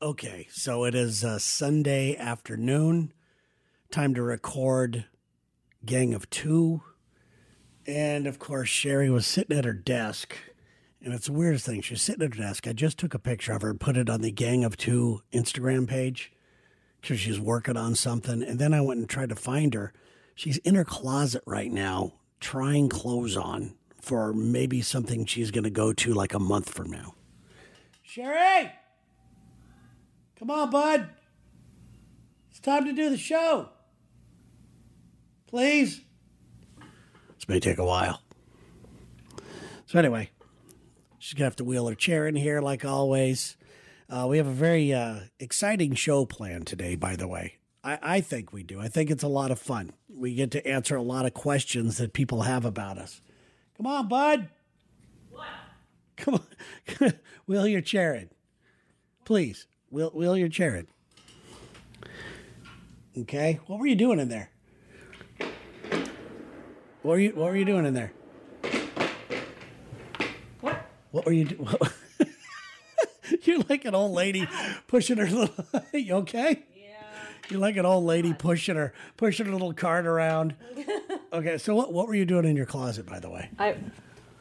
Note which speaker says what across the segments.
Speaker 1: Okay, so it is uh, Sunday afternoon. Time to record Gang of Two. And of course, Sherry was sitting at her desk. And it's the weirdest thing. She's sitting at her desk. I just took a picture of her and put it on the Gang of Two Instagram page because she's working on something. And then I went and tried to find her. She's in her closet right now, trying clothes on for maybe something she's going to go to like a month from now. Sherry! Come on, bud. It's time to do the show. Please. This may take a while. So, anyway, she's going to have to wheel her chair in here like always. Uh, we have a very uh, exciting show planned today, by the way. I, I think we do. I think it's a lot of fun. We get to answer a lot of questions that people have about us. Come on, bud. What? Come on. wheel your chair in. Please, wheel, wheel your chair in. Okay. What were you doing in there? What were you What were you doing in there? What? What were you doing? You're like an old lady pushing her little. you okay? Yeah. You're like an old lady pushing her pushing her little cart around. okay. So what What were you doing in your closet, by the way?
Speaker 2: I,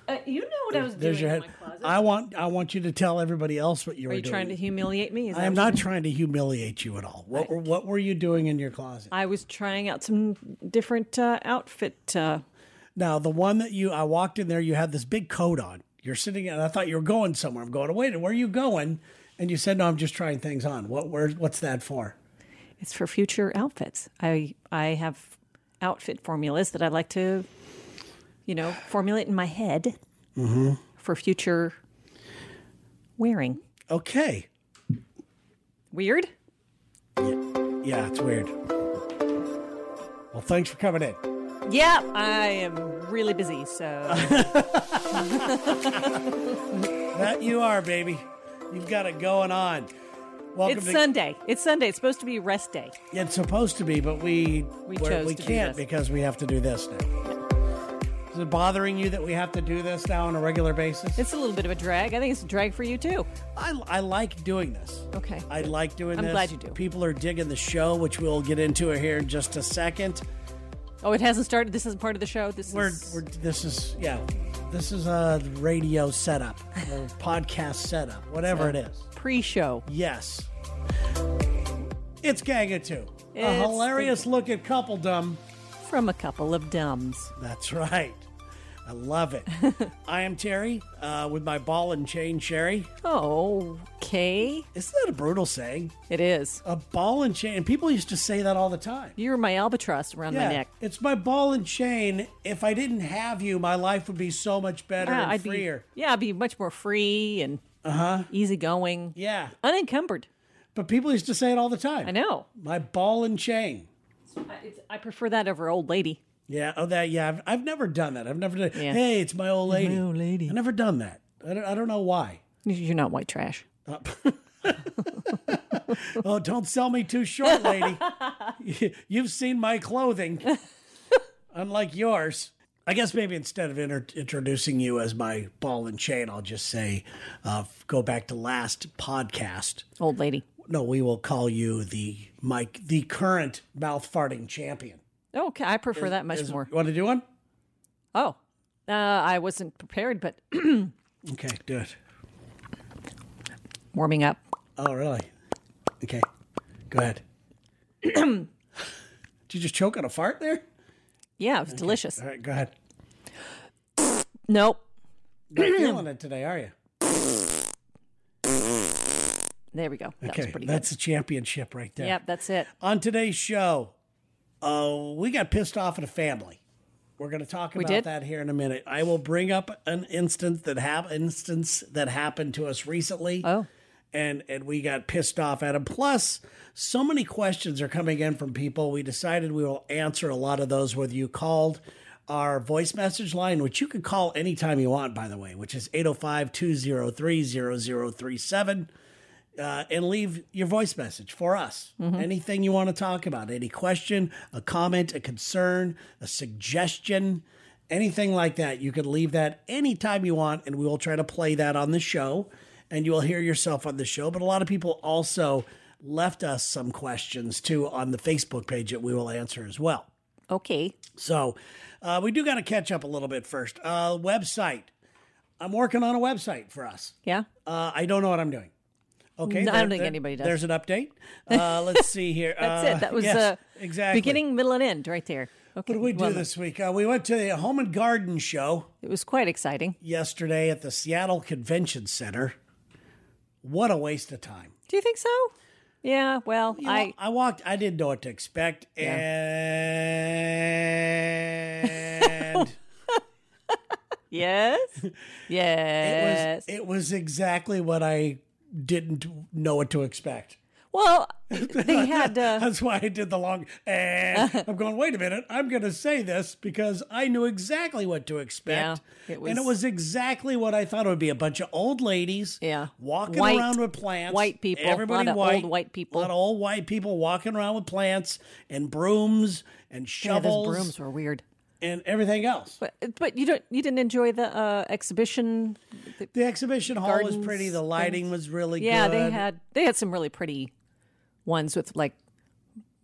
Speaker 2: uh, you know what I was doing in my closet.
Speaker 1: I want I want you to tell everybody else what you
Speaker 2: Are
Speaker 1: were
Speaker 2: you
Speaker 1: doing.
Speaker 2: trying to humiliate me? Is
Speaker 1: I
Speaker 2: that
Speaker 1: am
Speaker 2: what-
Speaker 1: not trying to humiliate you at all. What were, what were you doing in your closet?
Speaker 2: I was trying out some different uh, outfit. Uh,
Speaker 1: Now, the one that you I walked in there, you had this big coat on. You're sitting, and I thought you were going somewhere. I'm going. Wait, where are you going? And you said, "No, I'm just trying things on." What? Where? What's that for?
Speaker 2: it's for future outfits. I I have outfit formulas that I like to, you know, formulate in my head
Speaker 1: Mm-hmm.
Speaker 2: for future wearing.
Speaker 1: Okay.
Speaker 2: Weird.
Speaker 1: Yeah, it's weird. Well, thanks for coming in.
Speaker 2: Yeah, I am really busy, so
Speaker 1: That you are, baby. You've got it going on. Welcome
Speaker 2: it's
Speaker 1: to
Speaker 2: Sunday. It's Sunday. It's supposed to be rest day.
Speaker 1: It's supposed to be, but we
Speaker 2: We
Speaker 1: we're-
Speaker 2: chose
Speaker 1: we
Speaker 2: to do
Speaker 1: can't
Speaker 2: this.
Speaker 1: because we have to do this now. Is it bothering you that we have to do this now on a regular basis?
Speaker 2: It's a little bit of a drag. I think it's a drag for you too.
Speaker 1: I, I like doing this.
Speaker 2: Okay.
Speaker 1: I like doing
Speaker 2: I'm
Speaker 1: this.
Speaker 2: glad you do.
Speaker 1: People are digging the show, which we'll get into here in just a second.
Speaker 2: Oh, it hasn't started. This isn't part of the show. This
Speaker 1: We're,
Speaker 2: is
Speaker 1: we're this is yeah, this is a radio setup, or podcast setup, whatever it is.
Speaker 2: pre-show.
Speaker 1: Yes. It's Gang of Two. a
Speaker 2: It's-
Speaker 1: hilarious look at coupledom.
Speaker 2: from a couple of dumbs.
Speaker 1: That's right. I love it. I am Terry uh, with my ball and chain Sherry.
Speaker 2: Oh, okay.
Speaker 1: Isn't that a brutal saying?
Speaker 2: It is.
Speaker 1: A ball and chain. And people used to say that all the time.
Speaker 2: You're my albatross around my neck.
Speaker 1: It's my ball and chain. If I didn't have you, my life would be so much better
Speaker 2: Yeah,
Speaker 1: and
Speaker 2: Ah, I'd
Speaker 1: freer.
Speaker 2: be yeah, I'd be much more free and uh-huh. easygoing,
Speaker 1: Yeah.
Speaker 2: unencumbered.
Speaker 1: But people used to say it all the time.
Speaker 2: I know.
Speaker 1: My ball and chain.
Speaker 2: I, it's, I prefer that over old lady.
Speaker 1: Yeah. Oh, that. Yeah. I've, I've never done that. I've never done.
Speaker 2: Yeah.
Speaker 1: Hey, it's my old lady.
Speaker 2: old lady.
Speaker 1: I've never done that. I don't, I don't know why.
Speaker 2: You're not white trash.
Speaker 1: Oh, don't sell me too short, lady. You- You've seen my clothing, unlike yours. I guess maybe instead of inter- introducing you as my ball and chain, I'll just say uh, f- go back to last podcast.
Speaker 2: Old lady.
Speaker 1: No, we will call you the Mike, the current mouth farting champion.
Speaker 2: Okay, I prefer that much more.
Speaker 1: You want to do one?
Speaker 2: Oh, uh, I wasn't prepared, but
Speaker 1: Okay, do it.
Speaker 2: warming up.
Speaker 1: Oh, really? Okay, go ahead. Did you just choke on a fart there?
Speaker 2: Yeah, it was delicious.
Speaker 1: All right, go ahead.
Speaker 2: Nope.
Speaker 1: Not feeling it today, are you?
Speaker 2: There we go. That was
Speaker 1: Okay,
Speaker 2: pretty
Speaker 1: that's a championship right there.
Speaker 2: good. Yep, that's it.
Speaker 1: On today's show, uh, we got pissed off at a family. We're going to talk about
Speaker 2: did?
Speaker 1: that here in a minute. I will bring up an instance that hap- instance that happened to us recently.
Speaker 2: Oh.
Speaker 1: And, and we got pissed off at him. Plus, so many questions are coming in from people. We decided we will answer a lot of those whether you called our voice message line, which you can call anytime you want, by the way, which is 805 203 0037 and leave your voice message for us. Anything you want to talk about, any question, a comment, a concern, a suggestion, anything like that, you can leave that anytime you want, and we will try to play that on the show. and you will hear yourself on the show. But a lot of people also left us some questions too on the Facebook page that we will answer as well.
Speaker 2: Okay.
Speaker 1: So uh, we do got to catch up a little bit first. Uh, website. I'm working on a website for us.
Speaker 2: Yeah.
Speaker 1: Uh, I don't know what I'm doing. Okay.
Speaker 2: No, Mm, I don't think anybody does.
Speaker 1: There's an update. Uh, let's see here.
Speaker 2: That's
Speaker 1: Uh,
Speaker 2: it. That was
Speaker 1: yes,
Speaker 2: uh,
Speaker 1: exactly.
Speaker 2: beginning, middle, and end right there. Okay.
Speaker 1: What did we do
Speaker 2: well,
Speaker 1: this week? Uh, we went to the Home and Garden Show
Speaker 2: It was quite exciting.
Speaker 1: yesterday at the Seattle Convention Center. What a waste of time.
Speaker 2: Do you think so? Yeah. Well, I
Speaker 1: I walked. I didn't know what to expect, and
Speaker 2: yes, yes.
Speaker 1: it was it was exactly what I didn't know what to expect.
Speaker 2: well, they had. Uh,
Speaker 1: That's why I did the long. eh. I'm going. Wait a minute. I'm going to say this because I knew exactly what to expect,
Speaker 2: Yeah, it
Speaker 1: and it was
Speaker 2: was-
Speaker 1: exactly what I thought it would be. A bunch of old ladies,
Speaker 2: Yeah.
Speaker 1: walking
Speaker 2: White-
Speaker 1: around with plants.
Speaker 2: white people,
Speaker 1: Everybody
Speaker 2: lot of
Speaker 1: white.
Speaker 2: old white people.
Speaker 1: A lot of old white people walking around with plants and brooms and
Speaker 2: yeah, those
Speaker 1: shovels
Speaker 2: brooms were weird.
Speaker 1: and everything else.
Speaker 2: But but you don't you didn't enjoy the uh, exhibition.
Speaker 1: The exhibition hall was
Speaker 2: Gardens,
Speaker 1: pretty. The lighting was really
Speaker 2: Yeah,
Speaker 1: good.
Speaker 2: they had they had some really pretty ones with like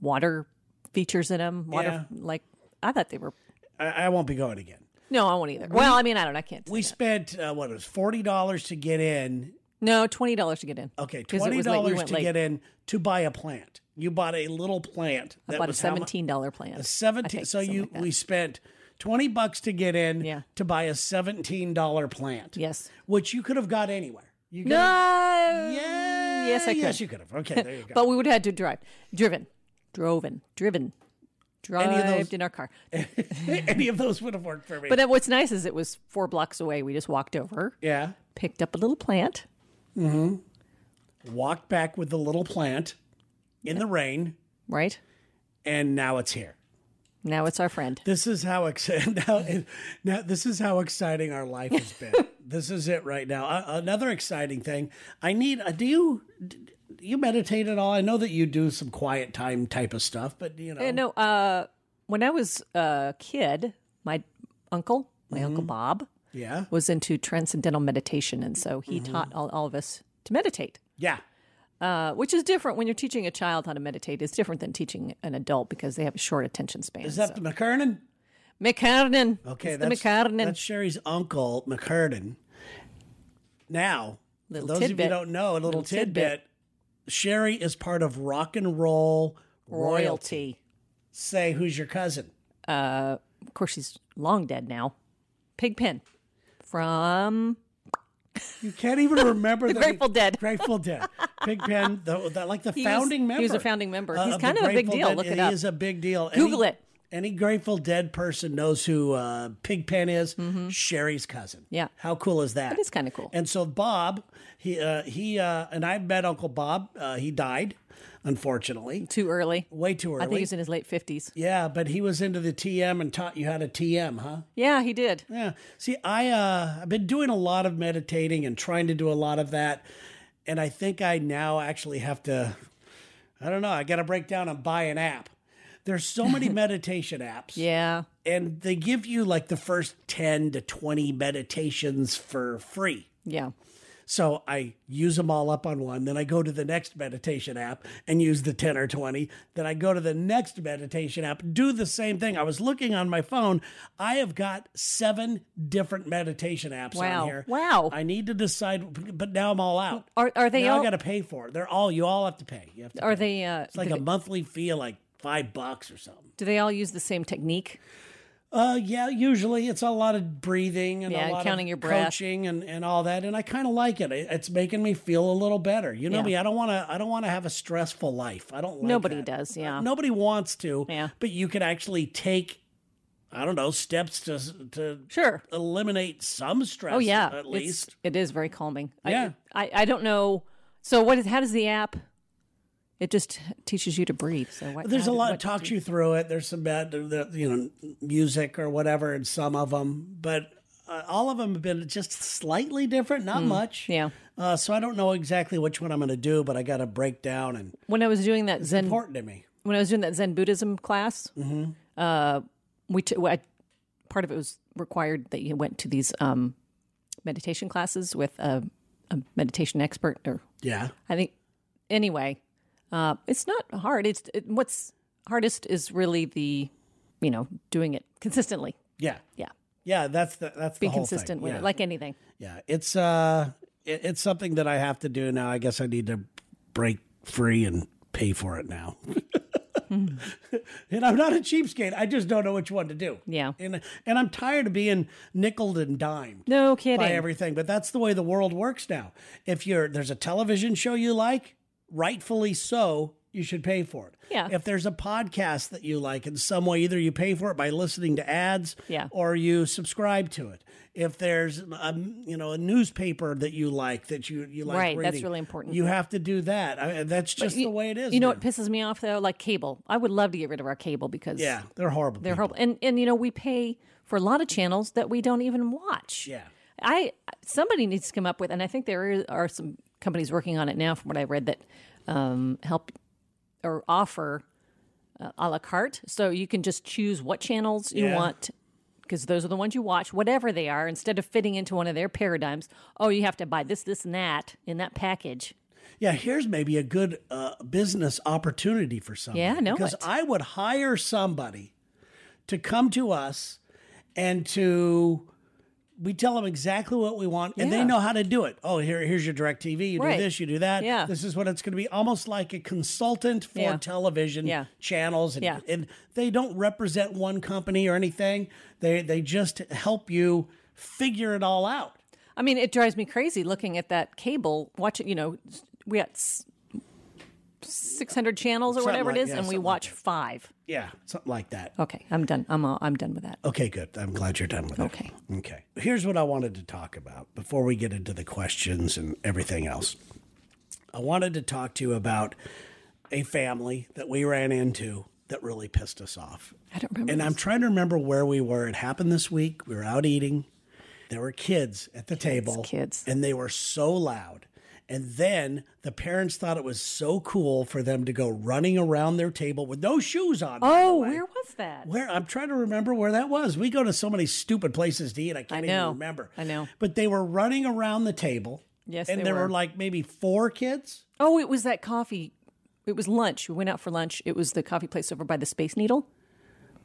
Speaker 2: water features in them. Water like I thought they were.
Speaker 1: I, I won't be going again.
Speaker 2: No, I won't either. well, I mean, I don't. I can't.
Speaker 1: We spent uh, what it was forty dollars to get in.
Speaker 2: no, twenty dollars to get in.
Speaker 1: Okay,
Speaker 2: 'Cause it
Speaker 1: twenty
Speaker 2: was late. We
Speaker 1: dollars
Speaker 2: went
Speaker 1: to
Speaker 2: late.
Speaker 1: get in to buy a plant. You bought a little plant. That
Speaker 2: About a
Speaker 1: was how mu-
Speaker 2: seventeen dollar plan.
Speaker 1: a seventeen.
Speaker 2: think,
Speaker 1: so
Speaker 2: something
Speaker 1: you
Speaker 2: like that.
Speaker 1: we spent twenty bucks to get in.
Speaker 2: Yeah.
Speaker 1: To buy a seventeen dollar plant.
Speaker 2: Yes.
Speaker 1: Which you could have got anywhere. You could
Speaker 2: No.
Speaker 1: have-
Speaker 2: Yeah. Yes, I could.
Speaker 1: Yes, you could have. Okay, there you go.
Speaker 2: But we would have had to drive, driven, driven, driven,
Speaker 1: of
Speaker 2: drived
Speaker 1: those-
Speaker 2: in our car.
Speaker 1: Any of those would have worked for me.
Speaker 2: But then what's nice is it was four blocks away. We just walked over,
Speaker 1: yeah,
Speaker 2: picked up a little plant.
Speaker 1: walked back with the little plant in the rain,
Speaker 2: Right
Speaker 1: and now it's here.
Speaker 2: now it's our friend.
Speaker 1: This is how ex- now, now this is how exciting our life has been. this is it right now. Uh, another exciting thing. I need. Uh, do you d- do you meditate at all? I know that you do some quiet time type of stuff, but you know.
Speaker 2: And no, uh, when I was a kid, my uncle, my
Speaker 1: Mm-hmm.
Speaker 2: uncle Bob,
Speaker 1: yeah.
Speaker 2: was into transcendental meditation, and so he
Speaker 1: Mm-hmm.
Speaker 2: taught all, all of us to meditate.
Speaker 1: Yeah.
Speaker 2: Uh, which is different when you're teaching a child how to meditate. It's different than teaching an adult because they have a short attention span.
Speaker 1: Is that the McKernan?
Speaker 2: McCarnan.
Speaker 1: Okay,
Speaker 2: It's
Speaker 1: that's,
Speaker 2: the McCarnan.
Speaker 1: that's Sherry's uncle, McKernan. Now, for
Speaker 2: Little
Speaker 1: those of you who
Speaker 2: tidbit.
Speaker 1: don't know, a little, tidbit,
Speaker 2: tidbit.
Speaker 1: Sherry is part of rock and roll royalty.
Speaker 2: royalty.
Speaker 1: Say, who's your cousin?
Speaker 2: Of course, she's long dead now. Pigpen from
Speaker 1: You can't even remember the
Speaker 2: Grateful Dead.
Speaker 1: Grateful Dead. Pigpen, the, the, like the
Speaker 2: was-
Speaker 1: founding member. Uh,
Speaker 2: he was a founding member. He's
Speaker 1: the
Speaker 2: kind of a big
Speaker 1: Grateful
Speaker 2: deal.
Speaker 1: Dead.
Speaker 2: Look it
Speaker 1: he
Speaker 2: up.
Speaker 1: is a big deal.
Speaker 2: Google
Speaker 1: any,
Speaker 2: it.
Speaker 1: Any Grateful Dead person knows who uh, Pigpen is. Sherry's cousin.
Speaker 2: Mm-hmm. Yeah.
Speaker 1: How cool is that? That
Speaker 2: is kinda cool.
Speaker 1: And so Bob, he uh, he uh, and I met Uncle Bob. Uh, he died, unfortunately,
Speaker 2: Too Early.
Speaker 1: way too early.
Speaker 2: I think he was in his late 50s.
Speaker 1: yeah, but he was into the TM and taught you how to TM, huh?
Speaker 2: Yeah, he did.
Speaker 1: Yeah. See, I uh, I've been doing a lot of meditating and trying to do a lot of that, and I think I now actually have to. I don't know. I got to break down and buy an app. There's so many meditation apps,
Speaker 2: Yeah.
Speaker 1: and they give you like the first ten to twenty meditations for free.
Speaker 2: Yeah.
Speaker 1: So I use them all up on one. Then I go to the next meditation app and use the 10 or 20. Then I go to the next meditation app, do the same thing. I was looking on my phone. I have got seven different meditation apps
Speaker 2: Wow.
Speaker 1: on here.
Speaker 2: Wow.
Speaker 1: I need to decide, but now I'm all out.
Speaker 2: Are, are they
Speaker 1: now I
Speaker 2: all?
Speaker 1: got to pay for it. They're all, you all have to pay. You have to,
Speaker 2: Are they? Uh,
Speaker 1: it's like a monthly fee of like five bucks or something.
Speaker 2: do they all use the same technique?
Speaker 1: Uh, yeah, usually it's a lot of breathing and a
Speaker 2: Yeah,
Speaker 1: lot
Speaker 2: counting
Speaker 1: of
Speaker 2: your breath.
Speaker 1: coaching and, and all that, and I kind of like it. It- It's making me feel a little better. You know
Speaker 2: Yeah.
Speaker 1: me. I don't want to. I don't want to have a stressful life. I don't. Like
Speaker 2: Nobody
Speaker 1: that.
Speaker 2: does. Yeah.
Speaker 1: Nobody wants to.
Speaker 2: Yeah.
Speaker 1: But you can actually take, I don't know, steps to to
Speaker 2: Sure.
Speaker 1: eliminate some stress.
Speaker 2: Oh yeah.
Speaker 1: at
Speaker 2: It's-
Speaker 1: least.
Speaker 2: it is very calming.
Speaker 1: Yeah.
Speaker 2: I, I I don't know. So what is? How does the app? It just teaches you to breathe. So what,
Speaker 1: There's
Speaker 2: how
Speaker 1: a
Speaker 2: do-
Speaker 1: lot that
Speaker 2: what-
Speaker 1: talks you through it. There's some bad, the- you know, music or whatever in some of them, but uh, all of them have been just slightly different,
Speaker 2: Mm.
Speaker 1: not much.
Speaker 2: Yeah.
Speaker 1: Uh, so I don't know exactly which one I'm going to do, but I got to break down and
Speaker 2: When I was doing that Zen
Speaker 1: important to me.
Speaker 2: when I was doing that Zen Buddhism class, uh,
Speaker 1: Mm-hmm.
Speaker 2: we t- I, part of it was required that you went to these um, meditation classes with a a meditation expert or
Speaker 1: Yeah.
Speaker 2: I think anyway, uh, it's not hard. It's it, what's hardest is really the you know doing it consistently.
Speaker 1: Yeah.
Speaker 2: Yeah,
Speaker 1: Yeah. That's the that's
Speaker 2: be
Speaker 1: the whole
Speaker 2: consistent
Speaker 1: thing.
Speaker 2: with
Speaker 1: yeah.
Speaker 2: it, like anything.
Speaker 1: yeah. It's uh, it, it's something that I have to do now. I guess I need to break free and pay for it now. and I'm not a cheapskate. I just don't know which one to do.
Speaker 2: Yeah.
Speaker 1: And and I'm tired of being nickled and dimed.
Speaker 2: No kidding.
Speaker 1: by everything. But that's the way the world works now. If you're there's a television show you like, rightfully so, you should pay for it.
Speaker 2: Yeah.
Speaker 1: If there's a podcast that you like in some way, either you pay for it by listening to ads,
Speaker 2: Yeah.
Speaker 1: or you subscribe to it. If there's a you know a newspaper that you like that you you like
Speaker 2: Right, that's
Speaker 1: reading,
Speaker 2: really important.
Speaker 1: You have to do that. I, that's just the way it is.
Speaker 2: You know
Speaker 1: now.
Speaker 2: what pisses me off though, like cable. I would love to get rid of our cable because
Speaker 1: Yeah, they're horrible.
Speaker 2: they're
Speaker 1: people.
Speaker 2: horrible. And and you know we pay for a lot of channels that we don't even watch.
Speaker 1: Yeah.
Speaker 2: I somebody needs to come up with, and I think there are some companies working on it now, from what I read, that um, help or offer uh, a la carte, so you can just choose what channels you
Speaker 1: Yeah.
Speaker 2: want. Because those are the ones you watch, whatever they are, instead of fitting into one of their paradigms. Oh, you have to buy this, this, and that in that package.
Speaker 1: Yeah, here's maybe a good uh, business opportunity for somebody.
Speaker 2: Yeah, I know
Speaker 1: Because
Speaker 2: it.
Speaker 1: I would hire somebody to come to us and to we tell them exactly what we want and they
Speaker 2: Yeah.
Speaker 1: know how to do it. Oh, here here's your direct TV, you
Speaker 2: Right.
Speaker 1: do this, you do that.
Speaker 2: Yeah.
Speaker 1: This is what it's gonna be. Almost like a consultant for
Speaker 2: Yeah.
Speaker 1: television
Speaker 2: Yeah.
Speaker 1: channels and,
Speaker 2: Yeah.
Speaker 1: and they don't represent one company or anything. They they just help you figure it all out.
Speaker 2: I mean, it drives me crazy looking at that cable. Watching, you know, we got six hundred channels or
Speaker 1: Something
Speaker 2: whatever
Speaker 1: like-
Speaker 2: it is,
Speaker 1: yeah,
Speaker 2: and we
Speaker 1: something like
Speaker 2: watch five.
Speaker 1: Yeah. Something like that.
Speaker 2: Okay, I'm done. I'm uh, I'm done with that.
Speaker 1: Okay, good. I'm glad you're done with it.
Speaker 2: Okay.
Speaker 1: Okay. Here's what I wanted to talk about before we get into the questions and everything else. I wanted to talk to you about a family that we ran into that really pissed us off.
Speaker 2: I don't remember.
Speaker 1: And
Speaker 2: this.
Speaker 1: I'm trying to remember where we were. It happened this week. We were out eating. There were kids at the table.
Speaker 2: kids.
Speaker 1: And they were so loud. And then the parents thought it was so cool for them to go running around their table with no shoes on. by the
Speaker 2: Oh,
Speaker 1: way.
Speaker 2: where was that?
Speaker 1: Where I'm trying to remember where that was. We go to so many stupid places to eat. I can't
Speaker 2: know.
Speaker 1: even remember.
Speaker 2: I know.
Speaker 1: But they were running around the table.
Speaker 2: Yes,
Speaker 1: and
Speaker 2: they
Speaker 1: there were.
Speaker 2: were.
Speaker 1: like maybe four kids.
Speaker 2: Oh, it was that coffee. It was lunch. We went out for lunch. It was the coffee place over by the Space Needle.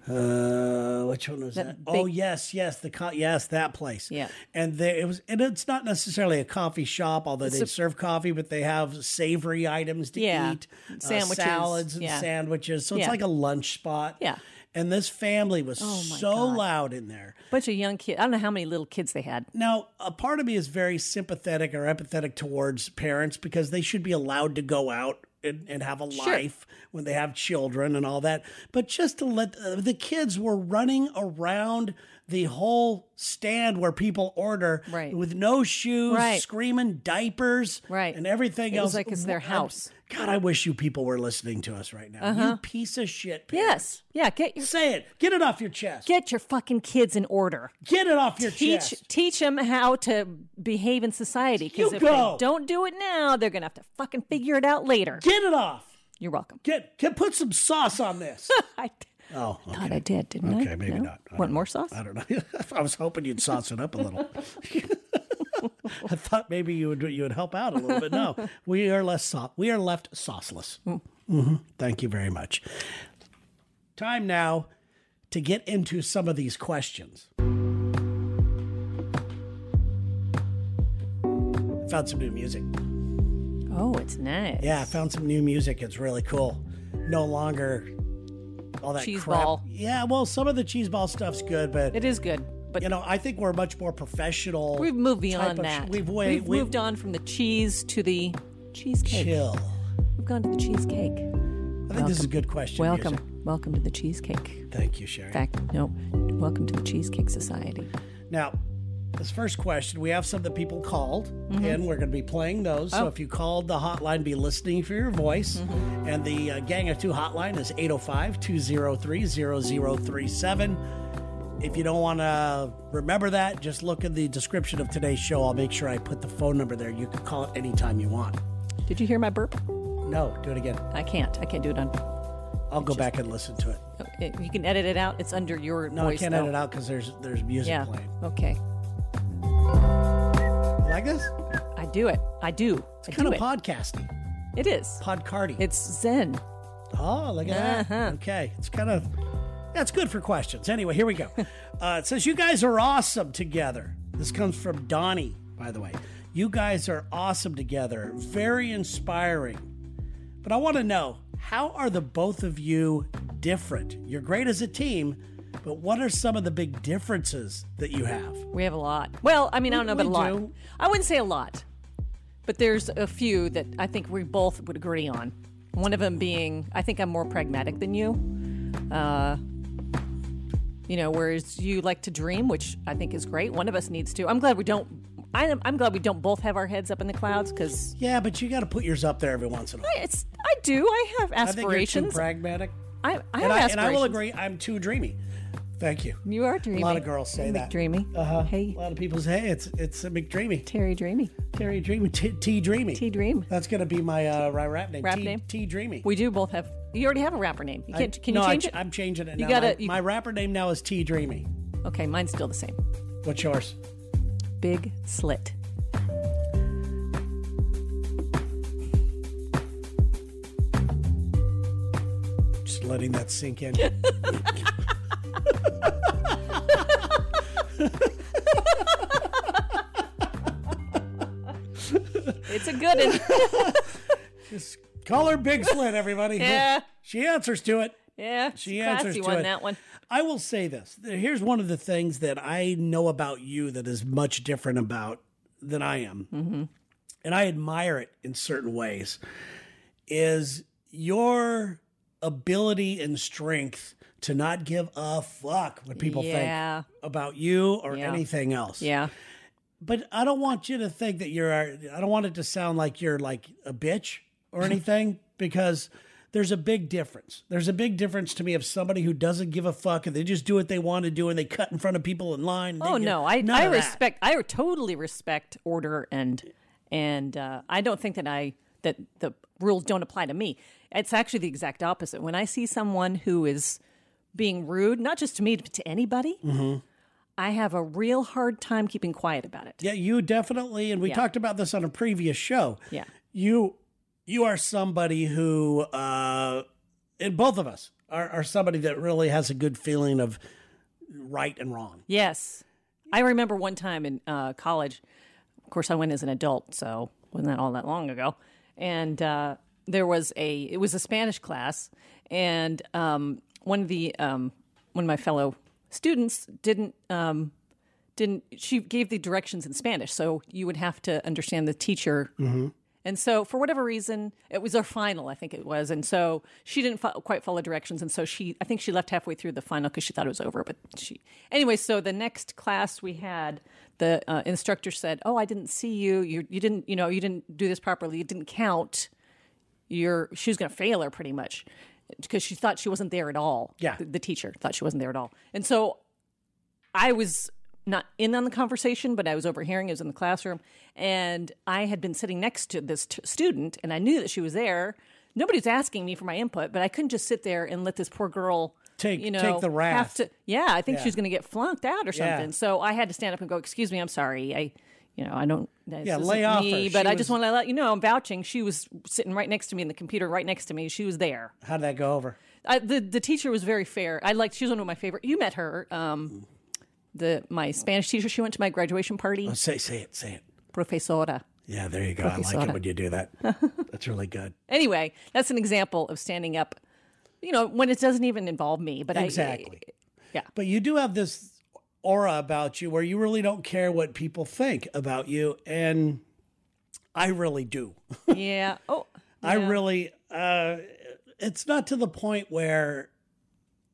Speaker 1: Uh, which one was that? oh yes, yes, the co- yes that place.
Speaker 2: Yeah.
Speaker 1: and there it was, and it's not necessarily a coffee shop, although they serve coffee, but they have savory items to
Speaker 2: Yeah.
Speaker 1: eat, uh,
Speaker 2: Sandwiches.
Speaker 1: salads, and
Speaker 2: Yeah.
Speaker 1: sandwiches. So it's
Speaker 2: Yeah.
Speaker 1: like a lunch spot.
Speaker 2: Yeah. Oh
Speaker 1: and this family was
Speaker 2: my
Speaker 1: so loud in there.
Speaker 2: Bunch of young kids. I don't know how many little kids they had.
Speaker 1: Now, a part of me is very sympathetic or empathetic towards parents because they should be allowed to go out and, and have a life when they have children and all that. But just to let uh, the kids were running around the whole stand where people order
Speaker 2: Right.
Speaker 1: with no shoes,
Speaker 2: Right.
Speaker 1: screaming diapers,
Speaker 2: Right.
Speaker 1: and everything
Speaker 2: It
Speaker 1: else.
Speaker 2: was like it's their
Speaker 1: Wha-
Speaker 2: house. Uh-huh.
Speaker 1: God, I wish you people were listening to us right now. You piece of shit. Parents.
Speaker 2: Yes. Yeah. Get your
Speaker 1: Say it. Get it off your chest. Get,
Speaker 2: get your fucking kids in order.
Speaker 1: it off your
Speaker 2: Teach
Speaker 1: chest.
Speaker 2: teach them how to behave in society. Because
Speaker 1: You
Speaker 2: if
Speaker 1: go.
Speaker 2: they don't do it now, they're gonna have to fucking figure it out later.
Speaker 1: Get it off.
Speaker 2: You're welcome.
Speaker 1: Get, get put some sauce on this.
Speaker 2: I
Speaker 1: Oh, okay.
Speaker 2: thought I did, didn't I?
Speaker 1: Okay, maybe
Speaker 2: No?
Speaker 1: not. I
Speaker 2: Want
Speaker 1: don't
Speaker 2: more
Speaker 1: know.
Speaker 2: sauce?
Speaker 1: I don't know. I was hoping you'd sauce it up a little. I thought maybe you would you would help out a little bit. No, we are less sau- we are left sauceless. hmm Thank you very much. Time now to get into some of these questions. Found some new music.
Speaker 2: Oh, it's nice.
Speaker 1: Yeah, I found some new music. It's really cool. No longer all that
Speaker 2: Cheese
Speaker 1: crap.
Speaker 2: ball.
Speaker 1: Yeah, well, some of the cheese ball stuff's good, but
Speaker 2: It is good. But
Speaker 1: you know, I think we're much more professional.
Speaker 2: We've moved
Speaker 1: type
Speaker 2: beyond
Speaker 1: of-
Speaker 2: that.
Speaker 1: We've, way,
Speaker 2: We've moved on from the cheese to the cheesecake.
Speaker 1: Chill.
Speaker 2: We've gone to the cheesecake.
Speaker 1: I think this is a good question.
Speaker 2: Welcome,
Speaker 1: music.
Speaker 2: welcome to the cheesecake.
Speaker 1: Thank you, Sherry.
Speaker 2: In fact, no, welcome to the Cheesecake Society.
Speaker 1: Now, this first question, we have some that people called,
Speaker 2: Mm-hmm.
Speaker 1: and we're going to be playing those.
Speaker 2: Oh.
Speaker 1: So if you called the hotline, be listening for your voice.
Speaker 2: Mm-hmm.
Speaker 1: And the uh, Gang of Two hotline is 805 203 0037. If you don't want to remember that, just look in the description of today's show. I'll make sure I put the phone number there. You can call it anytime you want.
Speaker 2: Did you hear my burp?
Speaker 1: No, do it again.
Speaker 2: I can't. I can't do it on.
Speaker 1: I'll go back and listen to it.
Speaker 2: oh, it- You can edit it out. It's under your
Speaker 1: No, I
Speaker 2: voice.
Speaker 1: can't
Speaker 2: though.
Speaker 1: edit out because there's there's music
Speaker 2: Yeah.
Speaker 1: playing.
Speaker 2: Okay.
Speaker 1: You like this?
Speaker 2: I do it. I do. I
Speaker 1: Kind
Speaker 2: do
Speaker 1: of
Speaker 2: it.
Speaker 1: podcasting,
Speaker 2: it is.
Speaker 1: podcardy.
Speaker 2: It's Zen.
Speaker 1: Oh, look at
Speaker 2: Uh-huh.
Speaker 1: that. Okay. It's kind of, that's good for questions. Anyway, here we go. uh, it says, You guys are awesome together. This comes from Donnie, by the way. You guys are awesome together. Very inspiring. But I want to know how are the both of you different? You're great as a team, but what are some of the big differences that you have?
Speaker 2: We have a lot. Well, I mean, I don't know about a
Speaker 1: we
Speaker 2: lot.
Speaker 1: do.
Speaker 2: I wouldn't say a lot, but there's a few that I think we both would agree on. One of them being, I think I'm more pragmatic than you. Uh, you know, whereas you like to dream, which I think is great. One of us needs to. I'm glad we don't. I am, I'm glad we don't both have our heads up in the clouds because
Speaker 1: Yeah, but you got to put yours up there every once in a while.
Speaker 2: it's. I do. I have
Speaker 1: I think you're too
Speaker 2: aspirations.
Speaker 1: pragmatic.
Speaker 2: I, I have
Speaker 1: And I,
Speaker 2: aspirations.
Speaker 1: and I will agree, I'm too dreamy. Thank you.
Speaker 2: You are dreamy.
Speaker 1: A lot of girls say that.
Speaker 2: Dreamy. Uh-huh. Hey,
Speaker 1: A lot of people say, "Hey, it's it's a McDreamy,
Speaker 2: Terry, dreamy.
Speaker 1: Terry Dreamy, T, T Dreamy."
Speaker 2: T dream.
Speaker 1: That's gonna be my uh, ra- rap name.
Speaker 2: Rap
Speaker 1: T,
Speaker 2: name?
Speaker 1: T Dreamy.
Speaker 2: We do both have. You already have a rapper name. You can't. can you
Speaker 1: no,
Speaker 2: change
Speaker 1: I,
Speaker 2: it?
Speaker 1: I'm changing it.
Speaker 2: You
Speaker 1: now.
Speaker 2: gotta-
Speaker 1: My,
Speaker 2: you-
Speaker 1: my rapper name now is T Dreamy.
Speaker 2: okay, mine's still the same.
Speaker 1: What's yours?
Speaker 2: Big slit.
Speaker 1: Just letting that sink in.
Speaker 2: It's a good. un.
Speaker 1: Just call her Big Slit, everybody.
Speaker 2: Yeah.
Speaker 1: She answers to it.
Speaker 2: yeah,
Speaker 1: She
Speaker 2: classy
Speaker 1: answers to
Speaker 2: one.
Speaker 1: it.
Speaker 2: That one.
Speaker 1: I will say this. Here's one of the things that I know about you that is much different about than I am.
Speaker 2: Mm-hmm.
Speaker 1: And I admire it in certain ways is your ability and strength to not give a fuck what people
Speaker 2: Yeah.
Speaker 1: think about you or
Speaker 2: Yeah.
Speaker 1: anything else.
Speaker 2: Yeah.
Speaker 1: But I don't want you to think that you're, I don't want it to sound like you're like a bitch or anything because there's a big difference. There's a big difference to me of somebody who doesn't give a fuck and they just do what they want to do and they cut in front of people in line. and they
Speaker 2: Oh
Speaker 1: do
Speaker 2: no, I
Speaker 1: none
Speaker 2: I
Speaker 1: of that.
Speaker 2: respect. I totally respect order and and uh, I don't think that I that the rules don't apply to me. It's actually the exact opposite. When I see someone who is being rude, not just to me but to anybody,
Speaker 1: Mm-hmm.
Speaker 2: I have a real hard time keeping quiet about it.
Speaker 1: Yeah, you definitely, and we talked about this on a previous show.
Speaker 2: Yeah.
Speaker 1: you you are somebody who, uh, and both of us are, are somebody that really has a good feeling of right and wrong.
Speaker 2: Yes. I remember one time in uh, college, of course, I went as an adult, so wasn't that all that long ago. And uh, there was a, it was a Spanish class, and um, one of the, um, one of my fellow students didn't, um, didn't, she gave the directions in Spanish, so you would have to understand the teacher. And so, for whatever reason, it was our final, I think it was. And so she didn't fo- quite follow directions. And so she, I think she left halfway through the final because she thought it was over. But she, anyway, so the next class we had, the uh, instructor said, Oh, I didn't see you. you. You didn't, you know, you didn't do this properly. You didn't count. You're, she was going to fail her pretty much because she thought she wasn't there at all.
Speaker 1: Yeah.
Speaker 2: The, the teacher thought she wasn't there at all. And so I was not in on the conversation, but I was overhearing. It was in the classroom, and I had been sitting next to this t- student, and I knew that she was there. Nobody was asking me for my input, but I couldn't just sit there and let this poor girl
Speaker 1: Take-
Speaker 2: you know
Speaker 1: take the
Speaker 2: Have
Speaker 1: wrath.
Speaker 2: to, yeah, I think she was going to get flunked out or
Speaker 1: Yeah.
Speaker 2: something. So I had to stand up and go, "Excuse me, I'm sorry. I, you know, I don't." this
Speaker 1: Yeah,
Speaker 2: isn't
Speaker 1: lay off
Speaker 2: me,
Speaker 1: her.
Speaker 2: But
Speaker 1: She
Speaker 2: I
Speaker 1: was-
Speaker 2: just want to let you know I'm vouching. She was sitting right next to me in the computer, right next to me. She was there.
Speaker 1: How did that go over?
Speaker 2: I, the the teacher was very fair. I liked. She was one of my favorite. You met her. Um, the my Spanish teacher. She went to my graduation party.
Speaker 1: Oh, Say say it, say it.
Speaker 2: Profesora.
Speaker 1: Yeah, there you go. I like it
Speaker 2: Profesora.
Speaker 1: when you do that. That's really good.
Speaker 2: Anyway, that's an example of standing up. You know, when it doesn't even involve me, but
Speaker 1: Exactly.
Speaker 2: yeah.
Speaker 1: But you do have this aura about you where you really don't care what people think about you. And I really do.
Speaker 2: I yeah. Oh,
Speaker 1: I really, uh, it's not to the point where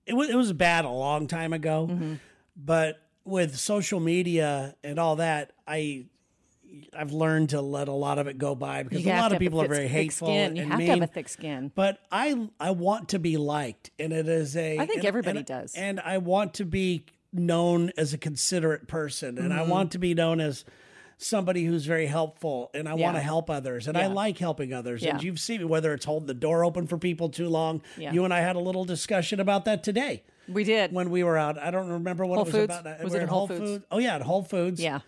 Speaker 1: it was, it was bad a long time ago,
Speaker 2: Mm-hmm.
Speaker 1: but with social media and all that, I, I've learned to let a lot of it go by because
Speaker 2: you
Speaker 1: a
Speaker 2: have
Speaker 1: lot
Speaker 2: to
Speaker 1: of
Speaker 2: have a
Speaker 1: people are
Speaker 2: thick-
Speaker 1: very
Speaker 2: thick
Speaker 1: hateful
Speaker 2: Skin. You
Speaker 1: and
Speaker 2: have
Speaker 1: mean
Speaker 2: to have a thick skin.
Speaker 1: but I I want to be liked, and it is a. I
Speaker 2: think everybody does.
Speaker 1: and I want to be known as a considerate person, and I
Speaker 2: Mm-hmm.
Speaker 1: want to be known as somebody who's very helpful, and I want to
Speaker 2: Yeah.
Speaker 1: help others, and I like helping others. And
Speaker 2: Yeah.
Speaker 1: you've seen me whether it's holding the door open for people too long.
Speaker 2: Yeah.
Speaker 1: You and I had a little discussion about that today
Speaker 2: We did.
Speaker 1: when we were out. I don't remember what
Speaker 2: Whole
Speaker 1: it was
Speaker 2: Foods?
Speaker 1: about.
Speaker 2: Was
Speaker 1: We
Speaker 2: it
Speaker 1: were
Speaker 2: at Whole Foods?
Speaker 1: Oh yeah, at Whole Foods.
Speaker 2: yeah.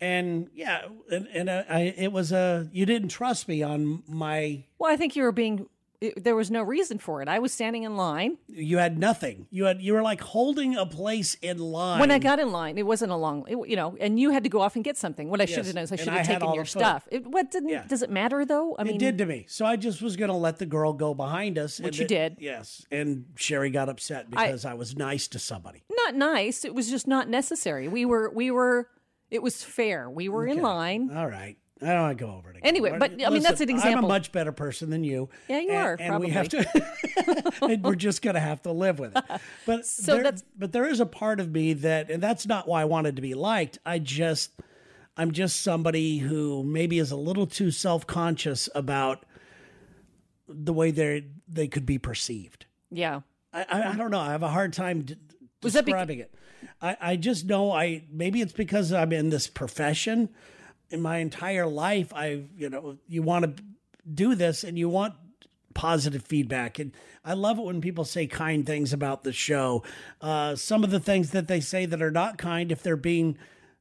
Speaker 1: and yeah, and, and uh, I, it was a you didn't trust me on my.
Speaker 2: Well, I think you were being. It, there was no reason for it. I was standing in line.
Speaker 1: You had nothing. You had you were like holding a place in line.
Speaker 2: When I got in line, it wasn't a long, it, you know, and you had to go off and get something. What I should
Speaker 1: Yes,
Speaker 2: have done is I
Speaker 1: and
Speaker 2: should
Speaker 1: I
Speaker 2: have
Speaker 1: had all
Speaker 2: taken your
Speaker 1: the food.
Speaker 2: stuff. It, what didn't?
Speaker 1: Yeah.
Speaker 2: Does it matter though? I mean,
Speaker 1: it did to me, so I just was gonna let the girl go behind us,
Speaker 2: Which
Speaker 1: and
Speaker 2: you
Speaker 1: it-
Speaker 2: did.
Speaker 1: Yes, and Sherry got upset because I, was nice to somebody.
Speaker 2: not nice. It was just not necessary. We were we were. It was fair. We were in line.
Speaker 1: All right, I don't want to go over it again.
Speaker 2: Anyway,
Speaker 1: We're-
Speaker 2: but, I mean, that's an
Speaker 1: I'm a
Speaker 2: example.
Speaker 1: much better person than you.
Speaker 2: Yeah, you
Speaker 1: and,
Speaker 2: are,
Speaker 1: and we have to. and we're just gonna have to live with it. But there,
Speaker 2: that's-
Speaker 1: but there is a part of me that, and that's not why I wanted to be liked. I just, I'm just somebody who maybe is a little too self conscious about the way they they could be perceived.
Speaker 2: Yeah.
Speaker 1: I, I, I don't know. I have a hard time d-
Speaker 2: Was that bec-
Speaker 1: describing it. I, I just know I maybe it's because I'm in this profession. In my entire life, I you know you want to do this and you want positive feedback and i love it when people say kind things about the show uh, some of the things that they say that are not kind if they're being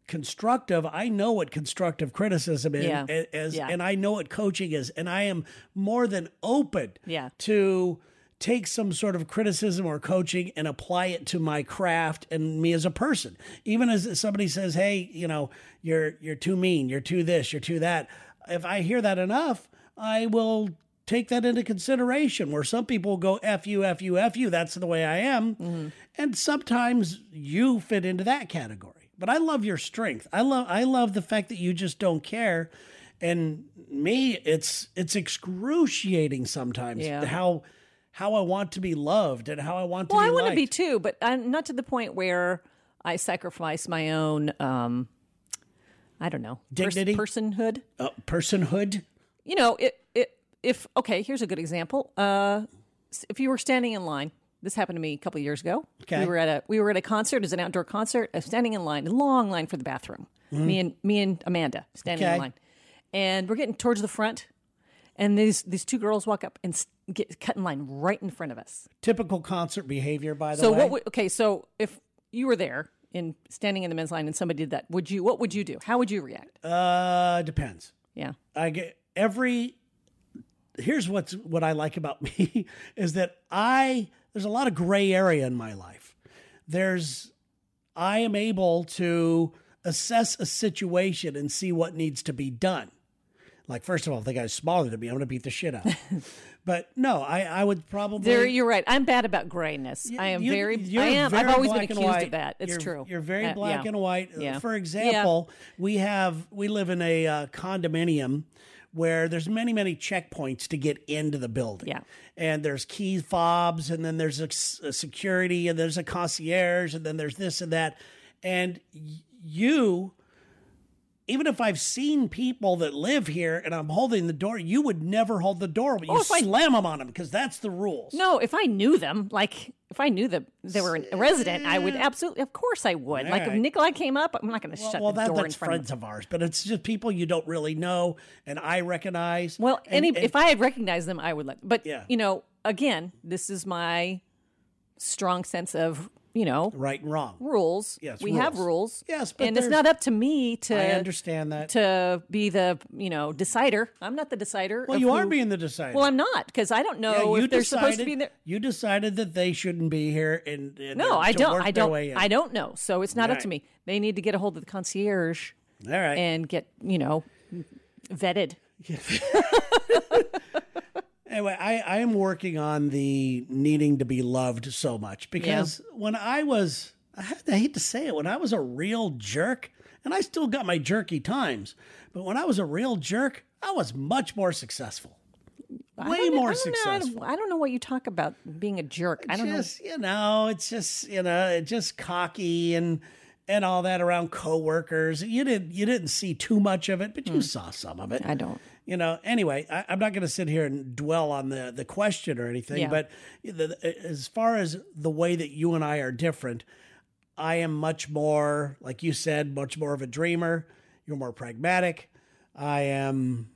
Speaker 1: constructive i know what constructive criticism is,
Speaker 2: Yeah.
Speaker 1: is
Speaker 2: Yeah.
Speaker 1: and i know what coaching is and i am more than open
Speaker 2: Yeah.
Speaker 1: to take some sort of criticism or coaching and apply it to my craft and me as a person. Even as somebody says, "Hey, you know, you're you're too mean, you're too this, you're too that." If I hear that enough, I will take that into consideration where some people go f you f you f you that's the way i am and sometimes you fit into that category but i love your strength i love i love the fact that you just don't care and me it's it's excruciating sometimes
Speaker 2: Yeah.
Speaker 1: how how I want to be loved and how I want to
Speaker 2: Well,
Speaker 1: be
Speaker 2: I want to be
Speaker 1: liked.
Speaker 2: too, but I'm not to the point where I sacrifice my own. um I don't know pers-
Speaker 1: Dignity?
Speaker 2: personhood.
Speaker 1: Uh, personhood.
Speaker 2: you know, it, it, if okay, here's a good example. Uh, s- if you were standing in line, this happened to me a couple of years ago.
Speaker 1: Okay.
Speaker 2: We were at a we were at a concert. It was an outdoor concert. I was standing in line, a long line for the bathroom. Me and me and Amanda standing
Speaker 1: Mm-hmm. Okay.
Speaker 2: in line, and we're getting towards the front, and these these two girls walk up and s- get cut in line right in front of us.
Speaker 1: Typical concert behavior, by the
Speaker 2: So
Speaker 1: way.
Speaker 2: what? Would, okay, so if you were there in standing in the men's line and somebody did that, would you? What would you do? How would you react?
Speaker 1: uh, depends.
Speaker 2: yeah.
Speaker 1: I get every. Here's what's what I like about me is that I there's a lot of gray area in my life. There's I am able to assess a situation and see what needs to be done. Like first of all, if the guy's smaller than me, I'm gonna beat the shit out. of him. but no, I I would probably
Speaker 2: There, you're right. I'm bad about grayness. I am
Speaker 1: You-
Speaker 2: very.
Speaker 1: you're
Speaker 2: I am.
Speaker 1: very
Speaker 2: I've always been
Speaker 1: black and
Speaker 2: accused
Speaker 1: white.
Speaker 2: of that. It's
Speaker 1: You're-
Speaker 2: true.
Speaker 1: You're very
Speaker 2: Uh,
Speaker 1: black
Speaker 2: yeah.
Speaker 1: and white.
Speaker 2: Yeah.
Speaker 1: For example, we have we live in a uh, condominium where there's many many checkpoints to get into the building.
Speaker 2: Yeah.
Speaker 1: And there's key fobs, and then there's a, s- a security, and there's a concierge, and then there's this and that, and y- you even if I've seen people that live here and I'm holding the door, you would never hold the door, but you
Speaker 2: Oh, if I-
Speaker 1: slam them on them because that's the rules.
Speaker 2: No, if I knew them, like if I knew that they were a resident, I would absolutely. Of course, I would. like
Speaker 1: right.
Speaker 2: if Nikolai came up, I'm not going to shut
Speaker 1: well,
Speaker 2: the
Speaker 1: that,
Speaker 2: door
Speaker 1: that's
Speaker 2: in front of
Speaker 1: friends
Speaker 2: him.
Speaker 1: of, ours, but it's just people you don't really know, and I recognize.
Speaker 2: Well,
Speaker 1: and,
Speaker 2: any
Speaker 1: and-
Speaker 2: if I had recognized them, I would let. But
Speaker 1: Yeah.
Speaker 2: you know, again, this is my strong sense of you know
Speaker 1: right and wrong.
Speaker 2: rules.
Speaker 1: Yes,
Speaker 2: we have rules.
Speaker 1: Yes, but
Speaker 2: and it's
Speaker 1: there's-
Speaker 2: not up to me to
Speaker 1: I understand that.
Speaker 2: to be the you know decider. I'm not the decider.
Speaker 1: well, you are being the decider.
Speaker 2: Well, I'm not because I don't
Speaker 1: Yeah,
Speaker 2: know
Speaker 1: you
Speaker 2: if they're supposed
Speaker 1: decided-
Speaker 2: to be there.
Speaker 1: You decided that they shouldn't be here, and, and
Speaker 2: No,
Speaker 1: to
Speaker 2: I don't.
Speaker 1: work
Speaker 2: I
Speaker 1: their
Speaker 2: don't.
Speaker 1: way in.
Speaker 2: I don't know. So it's not up to
Speaker 1: Right.
Speaker 2: me. They need to get a hold of the concierge
Speaker 1: All right.
Speaker 2: and get you know vetted.
Speaker 1: Anyway, I, I am working on the needing to be loved so much because when I was, I, had- I hate to say it, when I was a real jerk, and I still got my jerky times, but when I was a real jerk, I was much more successful.
Speaker 2: I
Speaker 1: Way
Speaker 2: don't know-
Speaker 1: more
Speaker 2: I don't know- I don't-
Speaker 1: successful.
Speaker 2: I don't, know what you talk about being a jerk. I don't
Speaker 1: just, you know, it's just, you know, it's just cocky and and all that around coworkers. You didn't you didn't see too much of it, but you saw some of it.
Speaker 2: know. Hmm. I don't.
Speaker 1: you know anyway I, i'm not going to sit here and dwell on the, the question or anything
Speaker 2: Yeah.
Speaker 1: but the, as far as the way that you and i are different i am much more like you said much more of a dreamer you're more pragmatic i am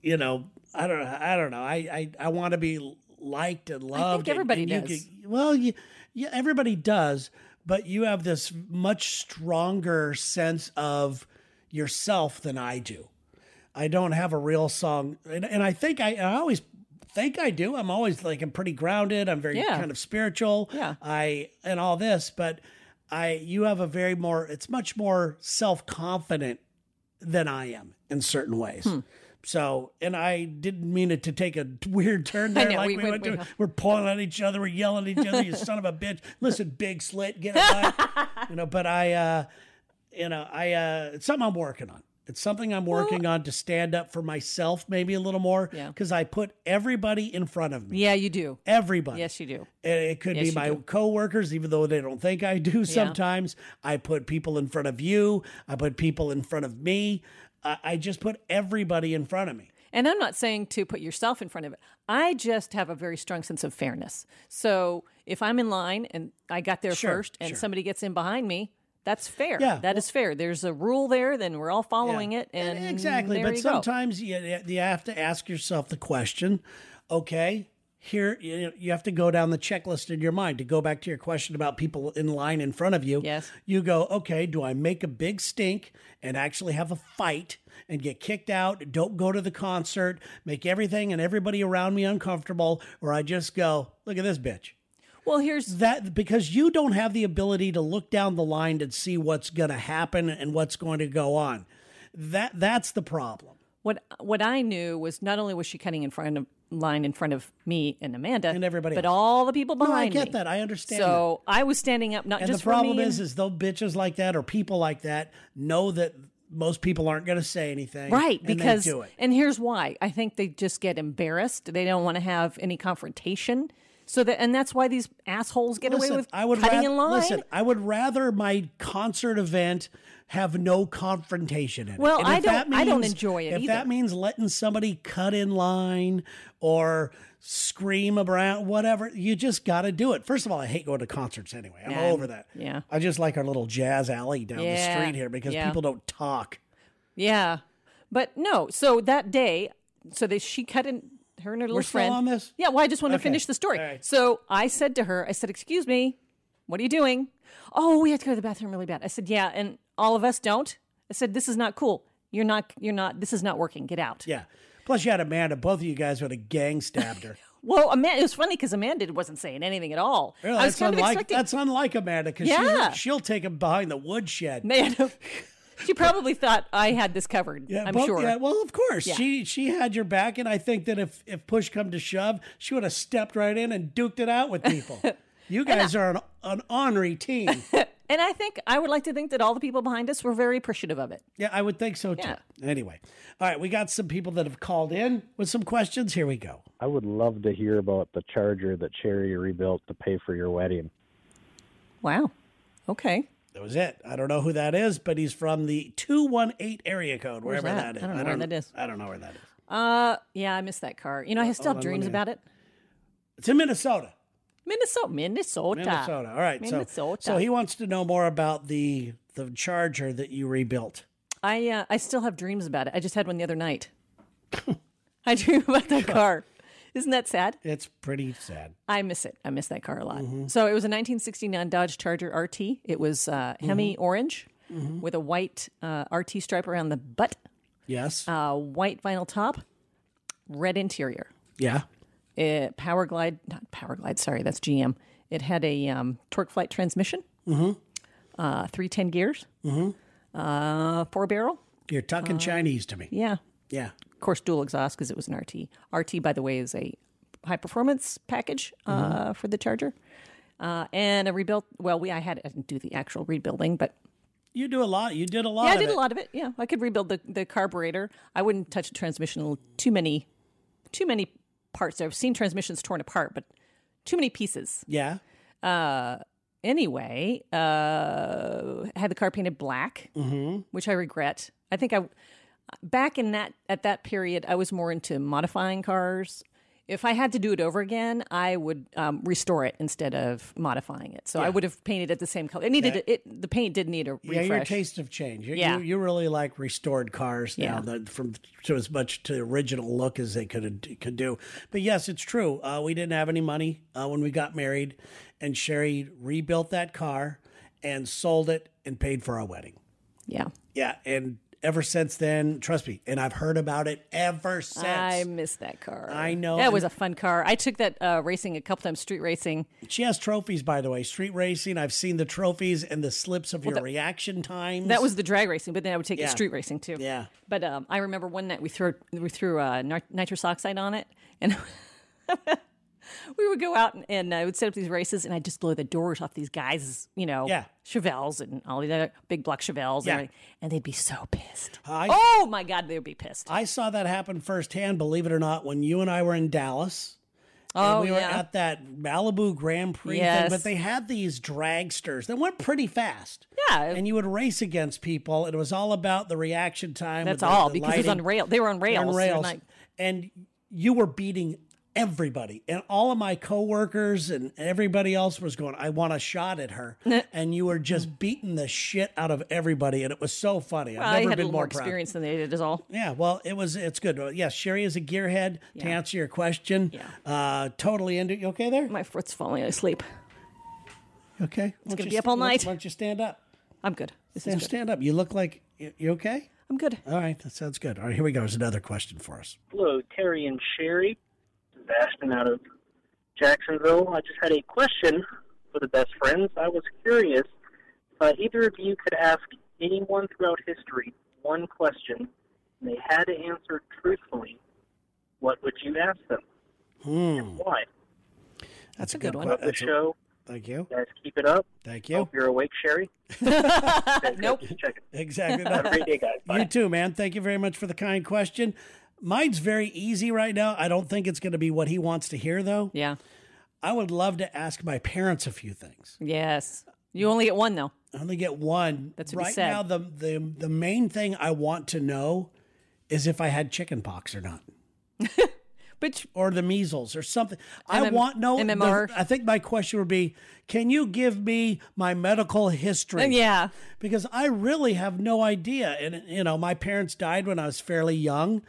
Speaker 1: you know i don't know i don't know i i, I want to be liked and loved and-
Speaker 2: everybody
Speaker 1: and you
Speaker 2: does.
Speaker 1: could- well you, yeah everybody does but you have this much stronger sense of yourself than I do. I don't have a real song, and, and I think I, I always think I do. I'm always like I'm pretty grounded. I'm very
Speaker 2: Yeah.
Speaker 1: kind of spiritual.
Speaker 2: Yeah.
Speaker 1: I and all this, but I you have a very more. It's much more self confident than I am in certain ways.
Speaker 2: Hmm.
Speaker 1: So, and I didn't mean it to take a weird turn there.
Speaker 2: know,
Speaker 1: like we,
Speaker 2: we- we-
Speaker 1: went
Speaker 2: we
Speaker 1: to,
Speaker 2: know.
Speaker 1: we're pulling at each other, we're yelling at each other. You son of a bitch! Listen, big slit, get it, you know. But I, uh, you know, I uh, it's something I'm working on. It's something I'm working on to stand up for myself, maybe a little more,
Speaker 2: Yeah.
Speaker 1: because I put everybody in front of me.
Speaker 2: Yeah, you do.
Speaker 1: Everybody.
Speaker 2: Yes, you do.
Speaker 1: And it could
Speaker 2: Yes,
Speaker 1: be
Speaker 2: you
Speaker 1: my
Speaker 2: do.
Speaker 1: coworkers, even though they don't think I do sometimes. I put people in front of you. I put people in front of me. I, I just put everybody in front of me.
Speaker 2: And I'm not saying to put yourself in front of it. I just have a very strong sense of fairness. So if I'm in line and I got there
Speaker 1: Sure,
Speaker 2: first and
Speaker 1: sure.
Speaker 2: somebody gets in behind me, that's fair.
Speaker 1: Yeah,
Speaker 2: That is fair. There's a rule there, then we're all following it. And
Speaker 1: exactly.
Speaker 2: there
Speaker 1: But
Speaker 2: you go.
Speaker 1: sometimes you, you have to ask yourself the question okay, here you, you have to go down the checklist in your mind to go back to your question about people in line in front of you.
Speaker 2: Yes.
Speaker 1: You go, okay, do I make a big stink and actually have a fight and get kicked out? Don't go to the concert, make everything and everybody around me uncomfortable, or I just go, look at this bitch
Speaker 2: well, here's
Speaker 1: that because you don't have the ability to look down the line and see what's going to happen and what's going to go on. That that's the problem.
Speaker 2: what what I knew was not only was she cutting in front of line in front of me and Amanda and
Speaker 1: everybody
Speaker 2: but
Speaker 1: else.
Speaker 2: all the people
Speaker 1: No, I
Speaker 2: behind
Speaker 1: get
Speaker 2: me.
Speaker 1: that. I understand. that.
Speaker 2: So I was standing up, not
Speaker 1: And
Speaker 2: just
Speaker 1: the problem
Speaker 2: for me
Speaker 1: is,
Speaker 2: and-
Speaker 1: is though bitches like that or people like that know that most people aren't going to say anything,
Speaker 2: right
Speaker 1: and they
Speaker 2: because
Speaker 1: do it.
Speaker 2: and here's why i think they just get embarrassed they don't want to have any confrontation so that and that's why these assholes get away with cutting
Speaker 1: rath-
Speaker 2: in line
Speaker 1: Listen, I would rather my concert event have no confrontation in it.
Speaker 2: Well,
Speaker 1: And
Speaker 2: I
Speaker 1: if that
Speaker 2: don't- I don't enjoy it
Speaker 1: If
Speaker 2: either.
Speaker 1: that means letting somebody cut in line or scream around, whatever, you just got to do it. First of all, I hate going to concerts anyway. I'm all
Speaker 2: Yeah,
Speaker 1: over that.
Speaker 2: yeah.
Speaker 1: I just like our little jazz alley down
Speaker 2: Yeah,
Speaker 1: the street here because
Speaker 2: yeah.
Speaker 1: people don't talk.
Speaker 2: yeah but no so that day so that she cut in her and her little
Speaker 1: We're still
Speaker 2: friend
Speaker 1: on this?
Speaker 2: yeah well i just want to
Speaker 1: Okay.
Speaker 2: finish the story
Speaker 1: All right.
Speaker 2: so i said to her i said excuse me what are you doing oh we have to go to the bathroom really bad i said yeah and all of us don't i said this is not cool you're not you're not this is not working get out
Speaker 1: Yeah. Plus, you had Amanda. Both of you guys would have gang stabbed her.
Speaker 2: Well, Amanda, it was funny because Amanda wasn't saying anything at all.
Speaker 1: Well,
Speaker 2: I was
Speaker 1: that's,
Speaker 2: kind of
Speaker 1: unlike,
Speaker 2: expecting.
Speaker 1: that's unlike Amanda because
Speaker 2: Yeah.
Speaker 1: she'll take him behind the woodshed.
Speaker 2: Man, she probably thought I had this covered.
Speaker 1: Yeah,
Speaker 2: I'm
Speaker 1: well,
Speaker 2: sure.
Speaker 1: Yeah, well, of course, she she had your back, and I think that if if push come to shove, she would have stepped right in and duked it out with people. you guys are an an ornery team.
Speaker 2: And I think I would like to think that all the people behind us were very appreciative of it.
Speaker 1: yeah, I would think so too.
Speaker 2: Yeah.
Speaker 1: Anyway, all right, we got some people that have called in with some questions. Here we go.
Speaker 3: I would love to hear about the charger that Cherry rebuilt to pay for your wedding.
Speaker 2: Wow. Okay.
Speaker 1: That was it. I don't know who that is, but he's from the two one eight area code, wherever
Speaker 2: that?
Speaker 1: that is.
Speaker 2: I don't know where that is.
Speaker 1: I don't know where that is.
Speaker 2: Uh, yeah, I missed that car. You know,
Speaker 1: Oh,
Speaker 2: I still have dreams about it.
Speaker 1: It's in Minnesota.
Speaker 2: Minnesota, Minnesota,
Speaker 1: Minnesota. All right.
Speaker 2: Minnesota.
Speaker 1: So, so he wants to know more about the the charger that you rebuilt.
Speaker 2: I uh, I still have dreams about it. I just had one the other night. I dream about that car. Isn't that sad?
Speaker 1: It's pretty sad.
Speaker 2: I miss it. I miss that car a lot.
Speaker 1: Mm-hmm.
Speaker 2: So it was a 1969 Dodge Charger RT. It was uh,
Speaker 1: Mm-hmm.
Speaker 2: Hemi orange with a white uh, RT stripe around the butt,
Speaker 1: Yes.
Speaker 2: uh, white vinyl top, red interior.
Speaker 1: yeah.
Speaker 2: It power glide, not power glide, sorry, that's GM. It had a um, torque flight transmission,
Speaker 1: Mm-hmm.
Speaker 2: uh, 310 gears, uh, four barrel.
Speaker 1: You're
Speaker 2: uh,
Speaker 1: talking Chinese to me.
Speaker 2: Yeah.
Speaker 1: Yeah.
Speaker 2: Of course, dual exhaust because it was an RT. RT, by the way, is a high performance package
Speaker 1: Mm-hmm.
Speaker 2: uh, for the Charger. Uh, and a rebuilt. Well, we I had I didn't do the actual rebuilding, but
Speaker 1: You do a lot. You did a lot.
Speaker 2: yeah, I
Speaker 1: of
Speaker 2: did
Speaker 1: it.
Speaker 2: a lot of it. Yeah, I could rebuild the, the carburetor. I wouldn't touch the transmission. Too many, too many parts. I've seen transmissions torn apart, but too many pieces.
Speaker 1: Yeah.
Speaker 2: Anyway, uh, had the car painted black,
Speaker 1: Mm-hmm.
Speaker 2: which I regret. I think I back in that at that period, I was more into modifying cars. If I had to do it over again, I would um, restore it instead of modifying it. So I would have painted it the same color. It needed it. The paint did need a
Speaker 1: Yeah,
Speaker 2: refresh.
Speaker 1: your taste have changed. You,
Speaker 2: Yeah.
Speaker 1: you, you really like restored cars now
Speaker 2: Yeah.
Speaker 1: that from to as much to the original look as they could could do. But yes, it's true. Uh, we didn't have any money uh, when we got married, and Sherry rebuilt that car and sold it and paid for our wedding.
Speaker 2: yeah.
Speaker 1: Yeah, and ever since then, trust me, and I've heard about it ever since.
Speaker 2: I miss that car.
Speaker 1: I know.
Speaker 2: That was a fun car. I took that uh, racing a couple times, street racing.
Speaker 1: she has trophies, by the way. Street racing. I've seen the trophies and the slips of your reaction times.
Speaker 2: That was the drag racing, but then I would take it
Speaker 1: Yeah.
Speaker 2: street racing too.
Speaker 1: Yeah.
Speaker 2: But um, I remember one night we threw we threw uh, nit- nitrous oxide on it, and we would go out and, and I would set up these races, and I'd just blow the doors off these guys, you know,
Speaker 1: Yeah.
Speaker 2: Chevelles and all these other big block Chevelles,
Speaker 1: Yeah.
Speaker 2: and, everything, and they'd be so pissed.
Speaker 1: I-
Speaker 2: oh my God, they'd be pissed.
Speaker 1: I saw that happen firsthand, believe it or not, when you and I were in Dallas.
Speaker 2: oh
Speaker 1: we were
Speaker 2: yeah.
Speaker 1: at that Malibu Grand Prix
Speaker 2: Yes.
Speaker 1: thing, but they had these dragsters that went pretty fast.
Speaker 2: Yeah.
Speaker 1: And you would race against people. and It was all about the reaction time. with
Speaker 2: that's
Speaker 1: the-
Speaker 2: all
Speaker 1: the
Speaker 2: because it was
Speaker 1: lighting.
Speaker 2: on rail. They were on rails.
Speaker 1: on
Speaker 2: so you're
Speaker 1: rails,
Speaker 2: like-
Speaker 1: and you were beating everybody, and all of my coworkers and everybody else was going, "I want a shot at her," and you were just beating the shit out of everybody, and it was so funny.
Speaker 2: I
Speaker 1: I've never
Speaker 2: had
Speaker 1: been
Speaker 2: a little more
Speaker 1: more proud.
Speaker 2: experience than they did, is all.
Speaker 1: Yeah, well, it was. It's good. Well, Yes, Sherry is a gearhead. To answer your question,
Speaker 2: Yeah. Mm.
Speaker 1: uh, totally into. You okay there?
Speaker 2: My foot's falling asleep.
Speaker 1: You okay. It's
Speaker 2: gonna be up all night.
Speaker 1: Why don't you stand up?
Speaker 2: I'm good. This is
Speaker 1: Stand,
Speaker 2: good.
Speaker 1: stand up. You look like you you okay.
Speaker 2: I'm good.
Speaker 1: All right, that sounds good. All right, here we go. There's another question for us.
Speaker 4: Hello, Terry and Sherry. This is Ashton out of Jacksonville. I just had a question for the best friends. I was curious if uh, either of you could ask anyone throughout history one question and they had to answer truthfully, what would you ask them? And why?
Speaker 1: That's, a
Speaker 2: good one.
Speaker 1: que-
Speaker 4: Love the
Speaker 1: Hmm. that's a- Oh.
Speaker 4: show.
Speaker 1: Thank you.
Speaker 4: Guys, keep it up.
Speaker 1: Thank
Speaker 4: Hope
Speaker 1: you.
Speaker 4: you're awake, Sherry.
Speaker 2: Nope.
Speaker 4: Just checking.
Speaker 1: Exactly.
Speaker 4: Have a great day, guys. Bye.
Speaker 1: You too, man. Thank you very much for the kind question. Mine's very easy right now. I don't think it's going to be what he wants to hear, though.
Speaker 2: Yeah.
Speaker 1: I would love to ask my parents a few things.
Speaker 2: Yes. You only get one though.
Speaker 1: I only get one.
Speaker 2: That's what he
Speaker 1: right
Speaker 2: said.
Speaker 1: now. The, the the main thing I want to know is if I had chicken pox or not,
Speaker 2: But
Speaker 1: or the measles or something. I
Speaker 2: MM
Speaker 1: want no.
Speaker 2: MMR.
Speaker 1: The, I think my question would be, can you give me my medical history?
Speaker 2: yeah.
Speaker 1: because I really have no idea. And you know, my parents died when I was fairly young,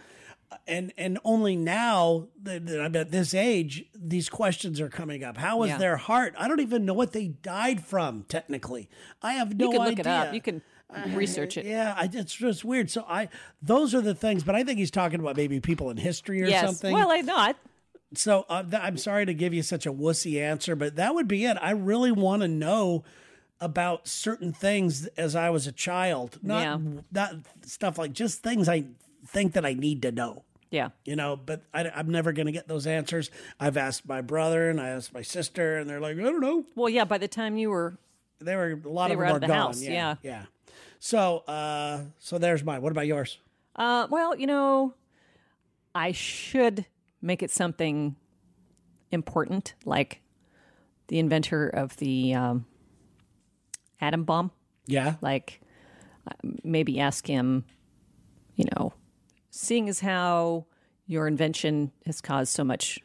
Speaker 1: and and only now that, that I'm at this age, these questions are coming up. How is
Speaker 2: Yeah.
Speaker 1: their heart? I don't even know what they died from. Technically, I have no
Speaker 2: You can
Speaker 1: idea.
Speaker 2: look it up. You can research it.
Speaker 1: Yeah, I, it's just weird. So I, those are the things. But I think he's talking about maybe people in history or
Speaker 2: Yes.
Speaker 1: something.
Speaker 2: Well, I not.
Speaker 1: So uh, th- I'm sorry to give you such a wussy answer, but that would be it. I really want to know about certain things as I was a child, not
Speaker 2: Yeah.
Speaker 1: not stuff like just things I think that I need to know.
Speaker 2: Yeah.
Speaker 1: You know, but I, I'm never going to get those answers. I've asked my brother and I asked my sister, and they're like, I don't know.
Speaker 2: Well, yeah. By the time you were,
Speaker 1: They were a lot
Speaker 2: They
Speaker 1: of
Speaker 2: were
Speaker 1: them
Speaker 2: out
Speaker 1: are
Speaker 2: of the
Speaker 1: gone.
Speaker 2: house,
Speaker 1: yeah, yeah. So, uh, so there's mine. What about yours?
Speaker 2: uh, well, you know, I should make it something important, like the inventor of the um, atom bomb.
Speaker 1: Yeah,
Speaker 2: like uh, maybe ask him you know seeing as how your invention has caused so much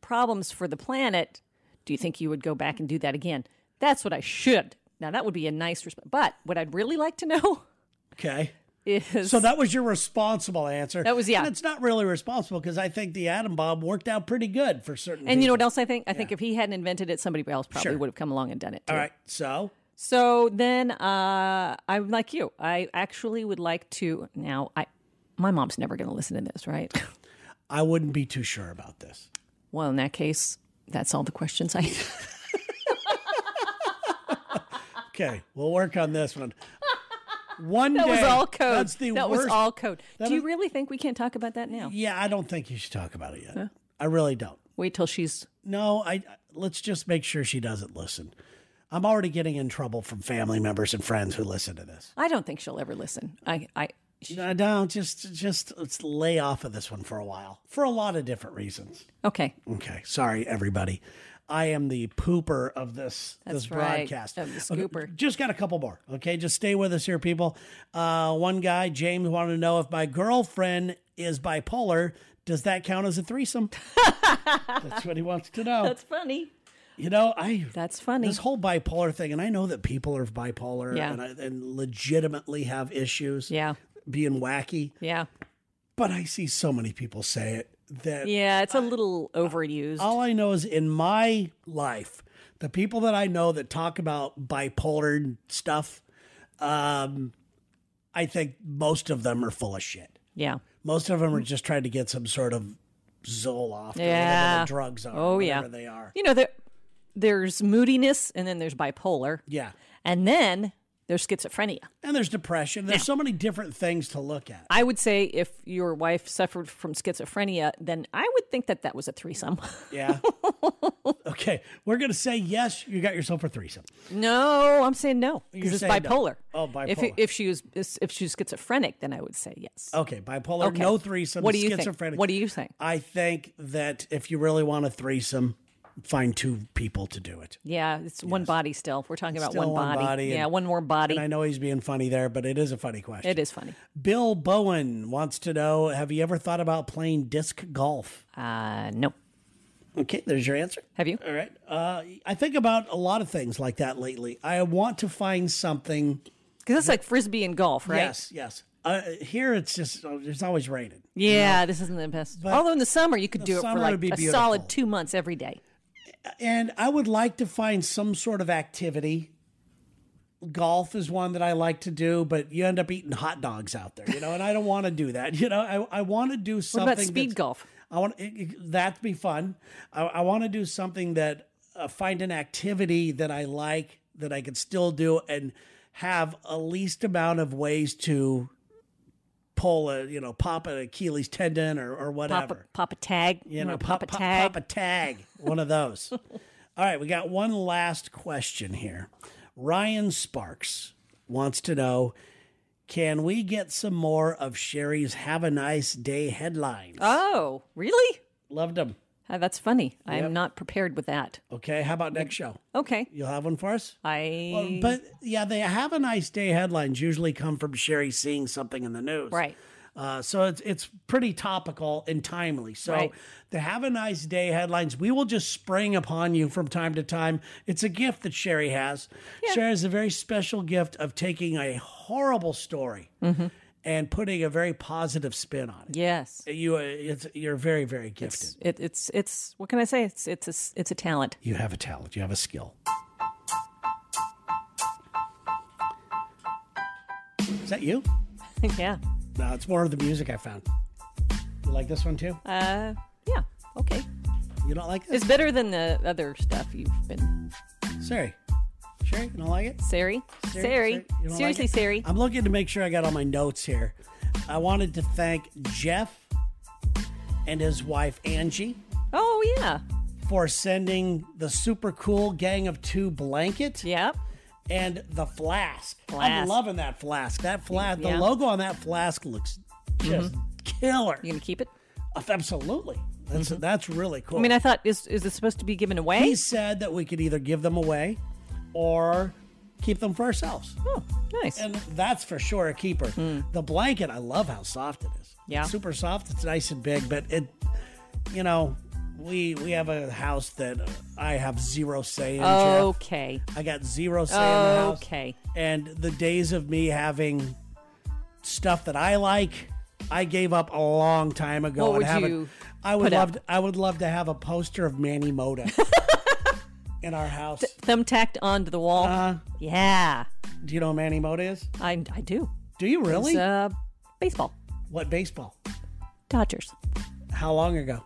Speaker 2: problems for the planet do you think you would go back and do that again that's what i should now that would be a nice response but what i'd really like to know
Speaker 1: okay.
Speaker 2: is
Speaker 1: So that was your responsible answer.
Speaker 2: That was- yeah.
Speaker 1: And it's not really responsible because I think the atom bomb worked out pretty good for certain.
Speaker 2: and you know
Speaker 1: people.
Speaker 2: what else i think i think if he hadn't invented it somebody else probably would have come along and done it too.
Speaker 1: all right. So
Speaker 2: So then uh, I'm like you. I actually would like to now I my mom's never going to listen to this, right?
Speaker 1: I wouldn't be too sure about this.
Speaker 2: Well, in that case, that's all the questions I
Speaker 1: Okay, we'll work on this one. One
Speaker 2: That
Speaker 1: day.
Speaker 2: was all code.
Speaker 1: That's the
Speaker 2: that
Speaker 1: worst.
Speaker 2: was all code.
Speaker 1: that
Speaker 2: Do you
Speaker 1: is-
Speaker 2: really think we can't talk about that now?
Speaker 1: Yeah, I don't think you should talk about it yet. I really don't.
Speaker 2: Wait till she's
Speaker 1: No, I. Let's just make sure she doesn't listen. I'm already getting in trouble from family members and friends who listen to this.
Speaker 2: I don't think she'll ever listen. I I she,
Speaker 1: No, don't just just let's lay off of this one for a while for a lot of different reasons.
Speaker 2: Okay.
Speaker 1: Okay, sorry everybody. I am the pooper of this this
Speaker 2: right,
Speaker 1: broadcast.
Speaker 2: of the
Speaker 1: Okay,
Speaker 2: scooper.
Speaker 1: just got a couple more. Okay, just stay with us here, people. Uh, one guy, James, wanted to know if my girlfriend is bipolar. Does that count as a threesome? That's what he wants to know.
Speaker 2: That's funny.
Speaker 1: you know, I
Speaker 2: That's funny.
Speaker 1: this whole bipolar thing, and I know that people are bipolar
Speaker 2: Yeah.
Speaker 1: and, I, and legitimately have issues.
Speaker 2: yeah.
Speaker 1: being wacky,
Speaker 2: Yeah.
Speaker 1: but I see so many people say it that
Speaker 2: Yeah, it's a little overused.
Speaker 1: all I know is in my life, the people that I know that talk about bipolar stuff, um, I think most of them are full of shit.
Speaker 2: Yeah.
Speaker 1: Most of them are just trying to get some sort of Zoloft or whatever
Speaker 2: Yeah.
Speaker 1: the drugs are.
Speaker 2: Oh, yeah.
Speaker 1: whatever they are.
Speaker 2: You know, there, there's moodiness and then there's bipolar.
Speaker 1: Yeah.
Speaker 2: And then there's schizophrenia.
Speaker 1: And there's depression. There's so many different things to look at.
Speaker 2: I would say if your wife suffered from schizophrenia, then I would think that that was a threesome.
Speaker 1: Yeah. okay. We're going to say yes, you got yourself a threesome.
Speaker 2: no, I'm saying no
Speaker 1: You're
Speaker 2: because it's
Speaker 1: saying no.
Speaker 2: bipolar.
Speaker 1: Oh,
Speaker 2: If,
Speaker 1: bipolar.
Speaker 2: if she was if she was schizophrenic, then I would say yes.
Speaker 1: Okay. Bipolar,
Speaker 2: Okay.
Speaker 1: no threesome.
Speaker 2: What do you think?
Speaker 1: schizophrenic.
Speaker 2: What do you think?
Speaker 1: I think that if you really want a threesome, find two people to do it.
Speaker 2: Yeah, it's one body still. We're talking about
Speaker 1: Still
Speaker 2: one,
Speaker 1: one
Speaker 2: body.
Speaker 1: body
Speaker 2: Yeah,
Speaker 1: and-
Speaker 2: one more body.
Speaker 1: And I know he's being funny there, but it is a funny question.
Speaker 2: It is funny.
Speaker 1: Bill Bowen wants to know Have you ever thought about playing disc golf?
Speaker 2: Uh, no.
Speaker 1: Okay, there's your answer.
Speaker 2: Have you?
Speaker 1: All right. Uh, I think about a lot of things like that lately. I want to find something.
Speaker 2: Because it's like frisbee and golf, right?
Speaker 1: Yes, yes. Uh, here it's just, uh, it's always raining.
Speaker 2: Yeah, this isn't the best. Although in the summer you could do it for
Speaker 1: summer
Speaker 2: like
Speaker 1: would be
Speaker 2: a
Speaker 1: beautiful.
Speaker 2: solid two months every day.
Speaker 1: And I would like to find some sort of activity. Golf is one that I like to do, but you end up eating hot dogs out there, you know, and I don't want to do that. You know, I, I want to do
Speaker 2: What
Speaker 1: something.
Speaker 2: about speed
Speaker 1: that's-
Speaker 2: golf?
Speaker 1: I want it, it, that to be fun. I, I want to do something that uh, find an activity that I like that I could still do and have a least amount of ways to pull a you know pop an Achilles tendon or or
Speaker 2: Pop a,
Speaker 1: whatever.
Speaker 2: pop a tag.
Speaker 1: you know,
Speaker 2: wanna
Speaker 1: pop, pop,
Speaker 2: tag.
Speaker 1: pop a tag. One of those. All right, we got one last question here. Ryan Sparks wants to know. Can we get some more of Sherry's Have a Nice Day headlines?
Speaker 2: oh, really?
Speaker 1: Loved them.
Speaker 2: Ah, that's funny. I am not prepared with that.
Speaker 1: Okay, how about next show?
Speaker 2: Okay.
Speaker 1: You'll have one for us?
Speaker 2: I
Speaker 1: Um, But yeah, they have a nice day headlines usually come from Sherry seeing something in the news.
Speaker 2: right.
Speaker 1: Uh, so it's it's pretty topical and timely. So
Speaker 2: Right.
Speaker 1: the have a nice day headlines we will just spring upon you from time to time. It's a gift that Sherry has. Sherry has a very special gift of taking a horrible story
Speaker 2: Mm-hmm.
Speaker 1: and putting a very positive spin on it.
Speaker 2: Yes.
Speaker 1: You uh, it's, you're very very gifted.
Speaker 2: It's, it, it's it's what can I say? It's it's a, s- it's a talent.
Speaker 1: You have a talent. You have a skill. Is that you?
Speaker 2: yeah.
Speaker 1: No, it's more of the music I found. You like this one too?
Speaker 2: Uh, yeah. Okay.
Speaker 1: You don't like this?
Speaker 2: It's better than the other stuff you've been.
Speaker 1: Sherry. Sherry, you don't like it?
Speaker 2: Sari. Sari.
Speaker 1: you don't like
Speaker 2: Seriously,
Speaker 1: it? Uh,
Speaker 2: Sari.
Speaker 1: I'm looking to make sure I got all my notes here. I wanted to thank Jeff and his wife Angie
Speaker 2: Oh yeah.
Speaker 1: for sending the super cool Gang of Two blanket.
Speaker 2: Yep.
Speaker 1: and the flask. I'm
Speaker 2: Flask.
Speaker 1: loving that flask. That flask,
Speaker 2: Yeah.
Speaker 1: the logo on that flask looks just killer.
Speaker 2: You gonna keep it?
Speaker 1: Absolutely. That's that's really cool.
Speaker 2: Mm-hmm. I mean, I thought is is this supposed to be given away?
Speaker 1: he said that we could either give them away or keep them for ourselves.
Speaker 2: oh, nice.
Speaker 1: And that's for sure a keeper. The blanket, I love how soft it is.
Speaker 2: Hmm. Yeah.
Speaker 1: It's super soft. It's nice and big, but it, you know, we we have a house that I have zero say in. Jeff.
Speaker 2: okay.
Speaker 1: I got zero say in
Speaker 2: Oh,
Speaker 1: the house.
Speaker 2: Okay.
Speaker 1: and the days of me having stuff that I like, I gave up a long time ago.
Speaker 2: What
Speaker 1: and
Speaker 2: would
Speaker 1: haven't-
Speaker 2: you
Speaker 1: I would
Speaker 2: put
Speaker 1: love.
Speaker 2: up?
Speaker 1: To, I would love to have a poster of Manny Moda in our house.
Speaker 2: Thumbtacked onto the wall.
Speaker 1: Uh,
Speaker 2: yeah.
Speaker 1: do you know who Manny Moda is?
Speaker 2: I I do.
Speaker 1: Do you really?
Speaker 2: It's, uh, baseball.
Speaker 1: what baseball?
Speaker 2: Dodgers.
Speaker 1: How long ago?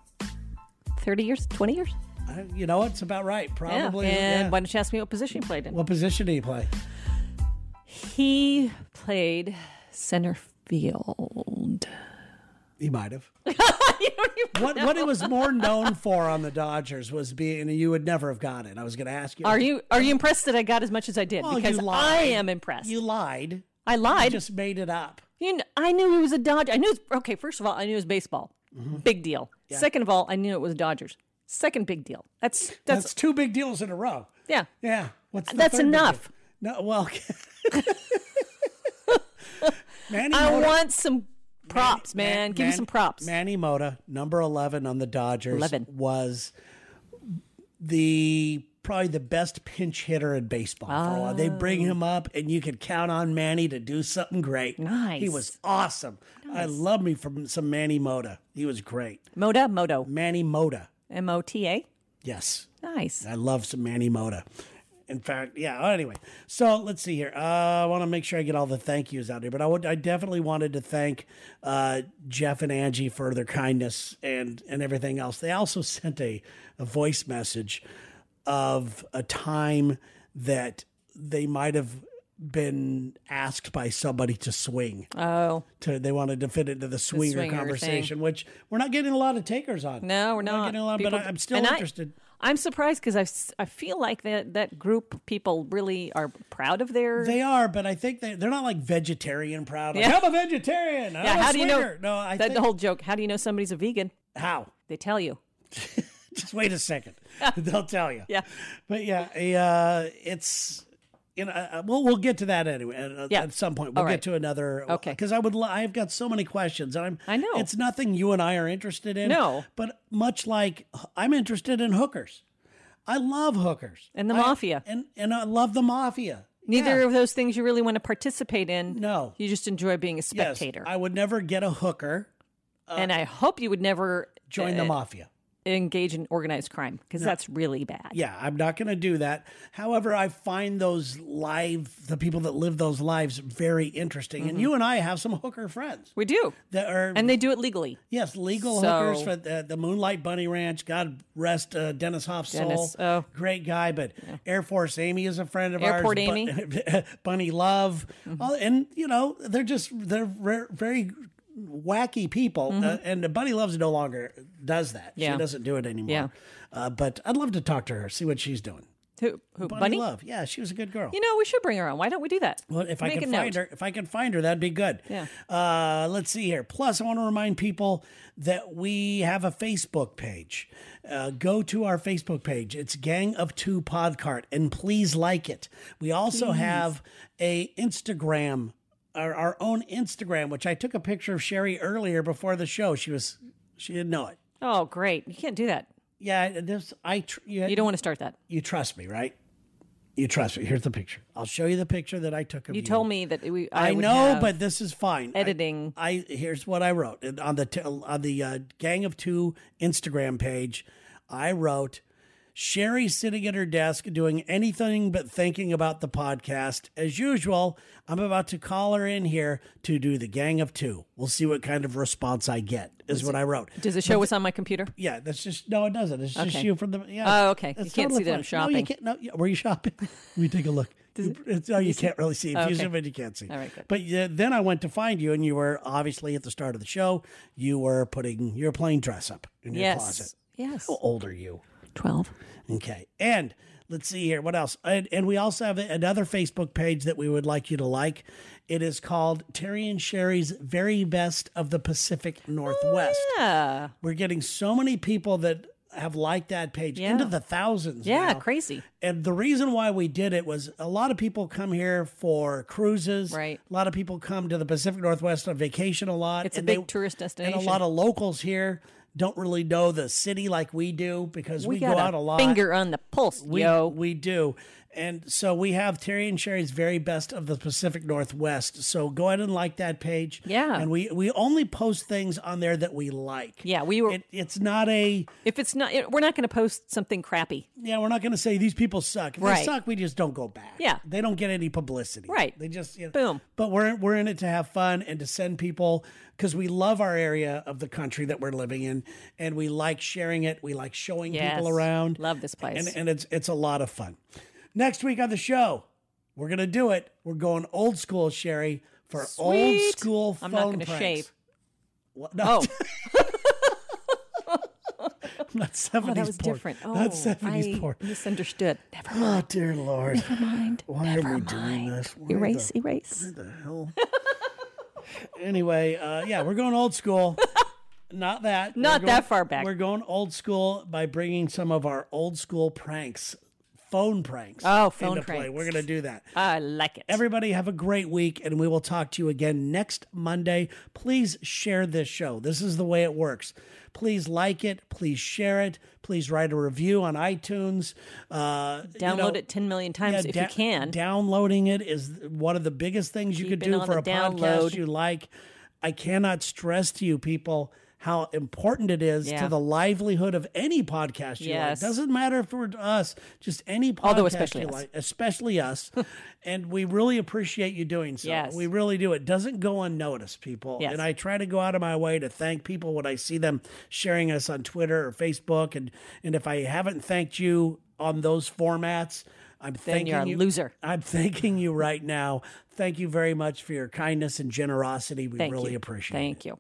Speaker 2: Thirty years. Twenty years.
Speaker 1: I, you know, it's about right. Probably.
Speaker 2: yeah. And
Speaker 1: yeah.
Speaker 2: why don't you ask me what position he played in?
Speaker 1: what position do you play?
Speaker 2: He played center field.
Speaker 1: He might have. what what he was more known for on the Dodgers was being, and you would never have got it. I was going to ask you.
Speaker 2: Are you are you impressed that I got as much as I did?
Speaker 1: Well, you
Speaker 2: because I
Speaker 1: lied.
Speaker 2: am impressed.
Speaker 1: You lied.
Speaker 2: I lied.
Speaker 1: just made it up.
Speaker 2: You kn- I knew he was a Dodger. I knew it's okay. First of all, I knew it was baseball.
Speaker 1: Mm-hmm.
Speaker 2: Big deal. Second of all, I knew it was Dodgers. Second big deal. That's that's,
Speaker 1: That's, two big deals in a row.
Speaker 2: yeah.
Speaker 1: Yeah. What's the
Speaker 2: That's
Speaker 1: third big
Speaker 2: enough.
Speaker 1: deal? No, well, Manny
Speaker 2: I
Speaker 1: Mota,
Speaker 2: want some props, man. Give me some props.
Speaker 1: Manny Mota, number 11 on the Dodgers,
Speaker 2: 11.
Speaker 1: was the probably the best pinch hitter in baseball for a while. They bring him up and you could count on Manny to do something great.
Speaker 2: Nice.
Speaker 1: He was awesome. I love me from some Manny Mota. He was great.
Speaker 2: Moda, Moto,
Speaker 1: Manny Mota.
Speaker 2: M O T A.
Speaker 1: Yes.
Speaker 2: Nice.
Speaker 1: I love some Manny Mota. In fact, yeah. well, Anyway, so let's see here. Uh, I want to make sure I get all the thank yous out here, but I would, I definitely wanted to thank uh, Jeff and Angie for their kindness and and everything else. They also sent a, a voice message of a time that they might have been asked by somebody to swing.
Speaker 2: Oh,
Speaker 1: To they wanted to fit into the swinger,
Speaker 2: swinger thing.
Speaker 1: conversation, which we're not getting a lot of takers on.
Speaker 2: no, we're
Speaker 1: We're not
Speaker 2: not.
Speaker 1: getting a lot,
Speaker 2: People-
Speaker 1: but I, I'm still
Speaker 2: and I-
Speaker 1: interested.
Speaker 2: I'm surprised because I, s- I feel like that, that group people really are proud of their.
Speaker 1: They are, but I think they they're not like vegetarian proud. Like,
Speaker 2: Yeah.
Speaker 1: I'm a vegetarian. I'm
Speaker 2: yeah,
Speaker 1: a
Speaker 2: how do you know?
Speaker 1: swinger." No, I
Speaker 2: that
Speaker 1: think,
Speaker 2: the whole joke. How do you know somebody's a vegan?
Speaker 1: how.
Speaker 2: They tell you.
Speaker 1: Just wait a second. They'll tell you.
Speaker 2: Yeah.
Speaker 1: But yeah, a, uh, it's you know uh, we'll we'll get to that anyway at, at-
Speaker 2: Yeah.
Speaker 1: at some point. We'll
Speaker 2: All
Speaker 1: get
Speaker 2: right.
Speaker 1: to another
Speaker 2: Okay.
Speaker 1: because I would lo- I've got so many questions and I'm
Speaker 2: I know.
Speaker 1: it's nothing you and I are interested in.
Speaker 2: No.
Speaker 1: but much like I'm interested in hookers. I love hookers
Speaker 2: And the
Speaker 1: I-
Speaker 2: mafia.
Speaker 1: and and I love the mafia.
Speaker 2: Neither
Speaker 1: Yeah.
Speaker 2: of those things you really want to participate in.
Speaker 1: No.
Speaker 2: You just enjoy being a
Speaker 1: Yes,
Speaker 2: spectator.
Speaker 1: I uh, would never get a hooker.
Speaker 2: and I hope you would never
Speaker 1: Join the mafia.
Speaker 2: engage in organized crime because that's really bad.
Speaker 1: Yeah, I'm not going to do that. However, I find those live, the people that live those lives very interesting. And you and I have some hooker friends
Speaker 2: We do.
Speaker 1: that are,
Speaker 2: And they do it legally.
Speaker 1: yes, legal
Speaker 2: So-
Speaker 1: hookers for the, the Moonlight Bunny Ranch. God rest uh, Dennis Hoff's
Speaker 2: Dennis,
Speaker 1: soul.
Speaker 2: oh.
Speaker 1: Great guy. But Air Force Amy is a friend of
Speaker 2: Airport Mm-hmm.
Speaker 1: ours. Bu- Bunny Love. All- and, you know, they're just, they're ver- very wacky people. Uh, and Bunny Love's no longer does that.
Speaker 2: Mm-hmm. Yeah.
Speaker 1: She doesn't do it anymore.
Speaker 2: Yeah.
Speaker 1: Uh, but I'd love to talk to her, see what she's doing.
Speaker 2: Who? Who?
Speaker 1: Bunny,
Speaker 2: Bunny?
Speaker 1: Love. Yeah, she was a good girl.
Speaker 2: You know, we should bring her on. Why don't we do that?
Speaker 1: well, if I
Speaker 2: Make
Speaker 1: can
Speaker 2: a note.
Speaker 1: find her, if I can find her, that'd be good.
Speaker 2: Yeah.
Speaker 1: Uh, let's see here. Plus, I want to remind people that we have a Facebook page. Uh, go to our Facebook page. It's Gang of Two Podcart, and please like it. We also have a Instagram, our, our own Instagram, which I took a picture of Sherry earlier before the show. She was, she didn't know it.
Speaker 2: Oh, great. You can't do that.
Speaker 1: Yeah, this I tr-
Speaker 2: You don't want to start that.
Speaker 1: you trust me, right? You trust me. Here's the picture. I'll show you the picture that I took of you.
Speaker 2: You told me that we. I,
Speaker 1: I,
Speaker 2: would
Speaker 1: know,
Speaker 2: have
Speaker 1: but this is fine. I-
Speaker 2: editing.
Speaker 1: I, here's what I wrote And on the t- on the uh, Gang of Two Instagram page. I wrote Sherry sitting at her desk doing anything but thinking about the podcast. As usual, I'm about to call her in here to do the Gang of Two. We'll see what kind of response I get. Is what I wrote.
Speaker 2: does it show what's on my computer?
Speaker 1: Yeah, that's just no, it doesn't. It's just
Speaker 2: Okay.
Speaker 1: you from the. Yeah.
Speaker 2: Oh, okay.
Speaker 1: It's
Speaker 2: You can't see that I'm
Speaker 1: fine. No, you
Speaker 2: shopping.
Speaker 1: can't. No, yeah, were you shopping? Let me take a look. You- it's, no, you can't really see. If you
Speaker 2: okay.
Speaker 1: zoom in, you can't see.
Speaker 2: All right, good.
Speaker 1: But yeah, then I went to find you, and you were obviously at the start of the show. You were putting you were playing dress up in your closet.
Speaker 2: Yes. Yes.
Speaker 1: How old are you?
Speaker 2: Twelve.
Speaker 1: Okay. And let's see here. What else? And, and we also have another Facebook page that we would like you to like. It is called Terry and Sherry's Very Best of the Pacific Northwest.
Speaker 2: Yeah.
Speaker 1: We're getting so many people that have liked that page
Speaker 2: Yeah.
Speaker 1: into the thousands.
Speaker 2: Yeah.
Speaker 1: now.
Speaker 2: Crazy.
Speaker 1: And the reason why we did it was a lot of people come here for cruises.
Speaker 2: Right.
Speaker 1: A lot of people come to the Pacific Northwest on vacation a lot.
Speaker 2: It's a
Speaker 1: and
Speaker 2: big
Speaker 1: they-
Speaker 2: tourist
Speaker 1: And
Speaker 2: destination.
Speaker 1: a lot of locals here don't really know the city like we do because we,
Speaker 2: we,
Speaker 1: go
Speaker 2: got
Speaker 1: out a lot.
Speaker 2: Finger on the pulse,
Speaker 1: We,
Speaker 2: yo.
Speaker 1: we do. And so we have Terry and Sherry's very best of the Pacific Northwest. So go ahead and like that page.
Speaker 2: Yeah.
Speaker 1: And we, we only post things on there that we like.
Speaker 2: yeah, we were.
Speaker 1: It, it's not a
Speaker 2: if it's not, we're not going to post something crappy.
Speaker 1: yeah. We're not going to say these people suck. If they
Speaker 2: Right.
Speaker 1: suck, we just don't go back.
Speaker 2: Yeah.
Speaker 1: they don't get any publicity.
Speaker 2: Right.
Speaker 1: They just you know,
Speaker 2: Boom.
Speaker 1: But we're we're in it to have fun and to send people because we love our area of the country that we're living in, and we like sharing it. We like showing
Speaker 2: Yes.
Speaker 1: people around,
Speaker 2: Love this place.
Speaker 1: and and it's it's a lot of fun. Next week on the show, we're gonna do it. We're going old school, Sherry, for old
Speaker 2: Sweet.
Speaker 1: school phone
Speaker 2: I'm not going to
Speaker 1: pranks.
Speaker 2: shave.
Speaker 1: What? No,
Speaker 2: Oh,
Speaker 1: not seventies
Speaker 2: oh, that was
Speaker 1: porn.
Speaker 2: different. Oh,
Speaker 1: not seventies
Speaker 2: I
Speaker 1: porn.
Speaker 2: misunderstood. Never mind.
Speaker 1: Oh dear Lord.
Speaker 2: Never mind.
Speaker 1: Why
Speaker 2: Never
Speaker 1: are we
Speaker 2: mind.
Speaker 1: doing this? Why
Speaker 2: erase,
Speaker 1: the,
Speaker 2: erase.
Speaker 1: why the hell? anyway, uh, yeah, we're going old school. Not that. We're
Speaker 2: Not
Speaker 1: going-
Speaker 2: that far back.
Speaker 1: We're going old school by bringing some of our old school pranks, phone pranks.
Speaker 2: Oh, phone
Speaker 1: into play.
Speaker 2: pranks.
Speaker 1: We're gonna do that.
Speaker 2: I like it.
Speaker 1: Everybody have a great week, and we will talk to you again next Monday. Please share this show. This is the way it works. Please like it. Please share it. Please write a review on iTunes. Uh, you
Speaker 2: Download
Speaker 1: know-
Speaker 2: it 10 million times if
Speaker 1: yeah,
Speaker 2: you
Speaker 1: da-
Speaker 2: can.
Speaker 1: Downloading it is one of the biggest things you could
Speaker 2: Keeping
Speaker 1: do
Speaker 2: on
Speaker 1: for
Speaker 2: the
Speaker 1: a podcast
Speaker 2: download.
Speaker 1: you like. I cannot stress to you people how important it is
Speaker 2: Yeah.
Speaker 1: to the livelihood of any podcast you
Speaker 2: Yes.
Speaker 1: like. Doesn't matter if we're to us, just any podcast
Speaker 2: Although especially
Speaker 1: you
Speaker 2: us.
Speaker 1: like, especially us. and we really appreciate you doing so.
Speaker 2: Yes.
Speaker 1: We really do. It doesn't go unnoticed, people.
Speaker 2: Yes.
Speaker 1: And I try to go out of my way to thank people when I see them sharing us on Twitter or Facebook. And and if I haven't thanked you on those formats, I'm
Speaker 2: Then
Speaker 1: thanking
Speaker 2: you're a
Speaker 1: you.
Speaker 2: loser.
Speaker 1: I'm thanking you right now. Thank you very much for your kindness and generosity. We
Speaker 2: Thank
Speaker 1: really
Speaker 2: you.
Speaker 1: appreciate it.
Speaker 2: Thank you.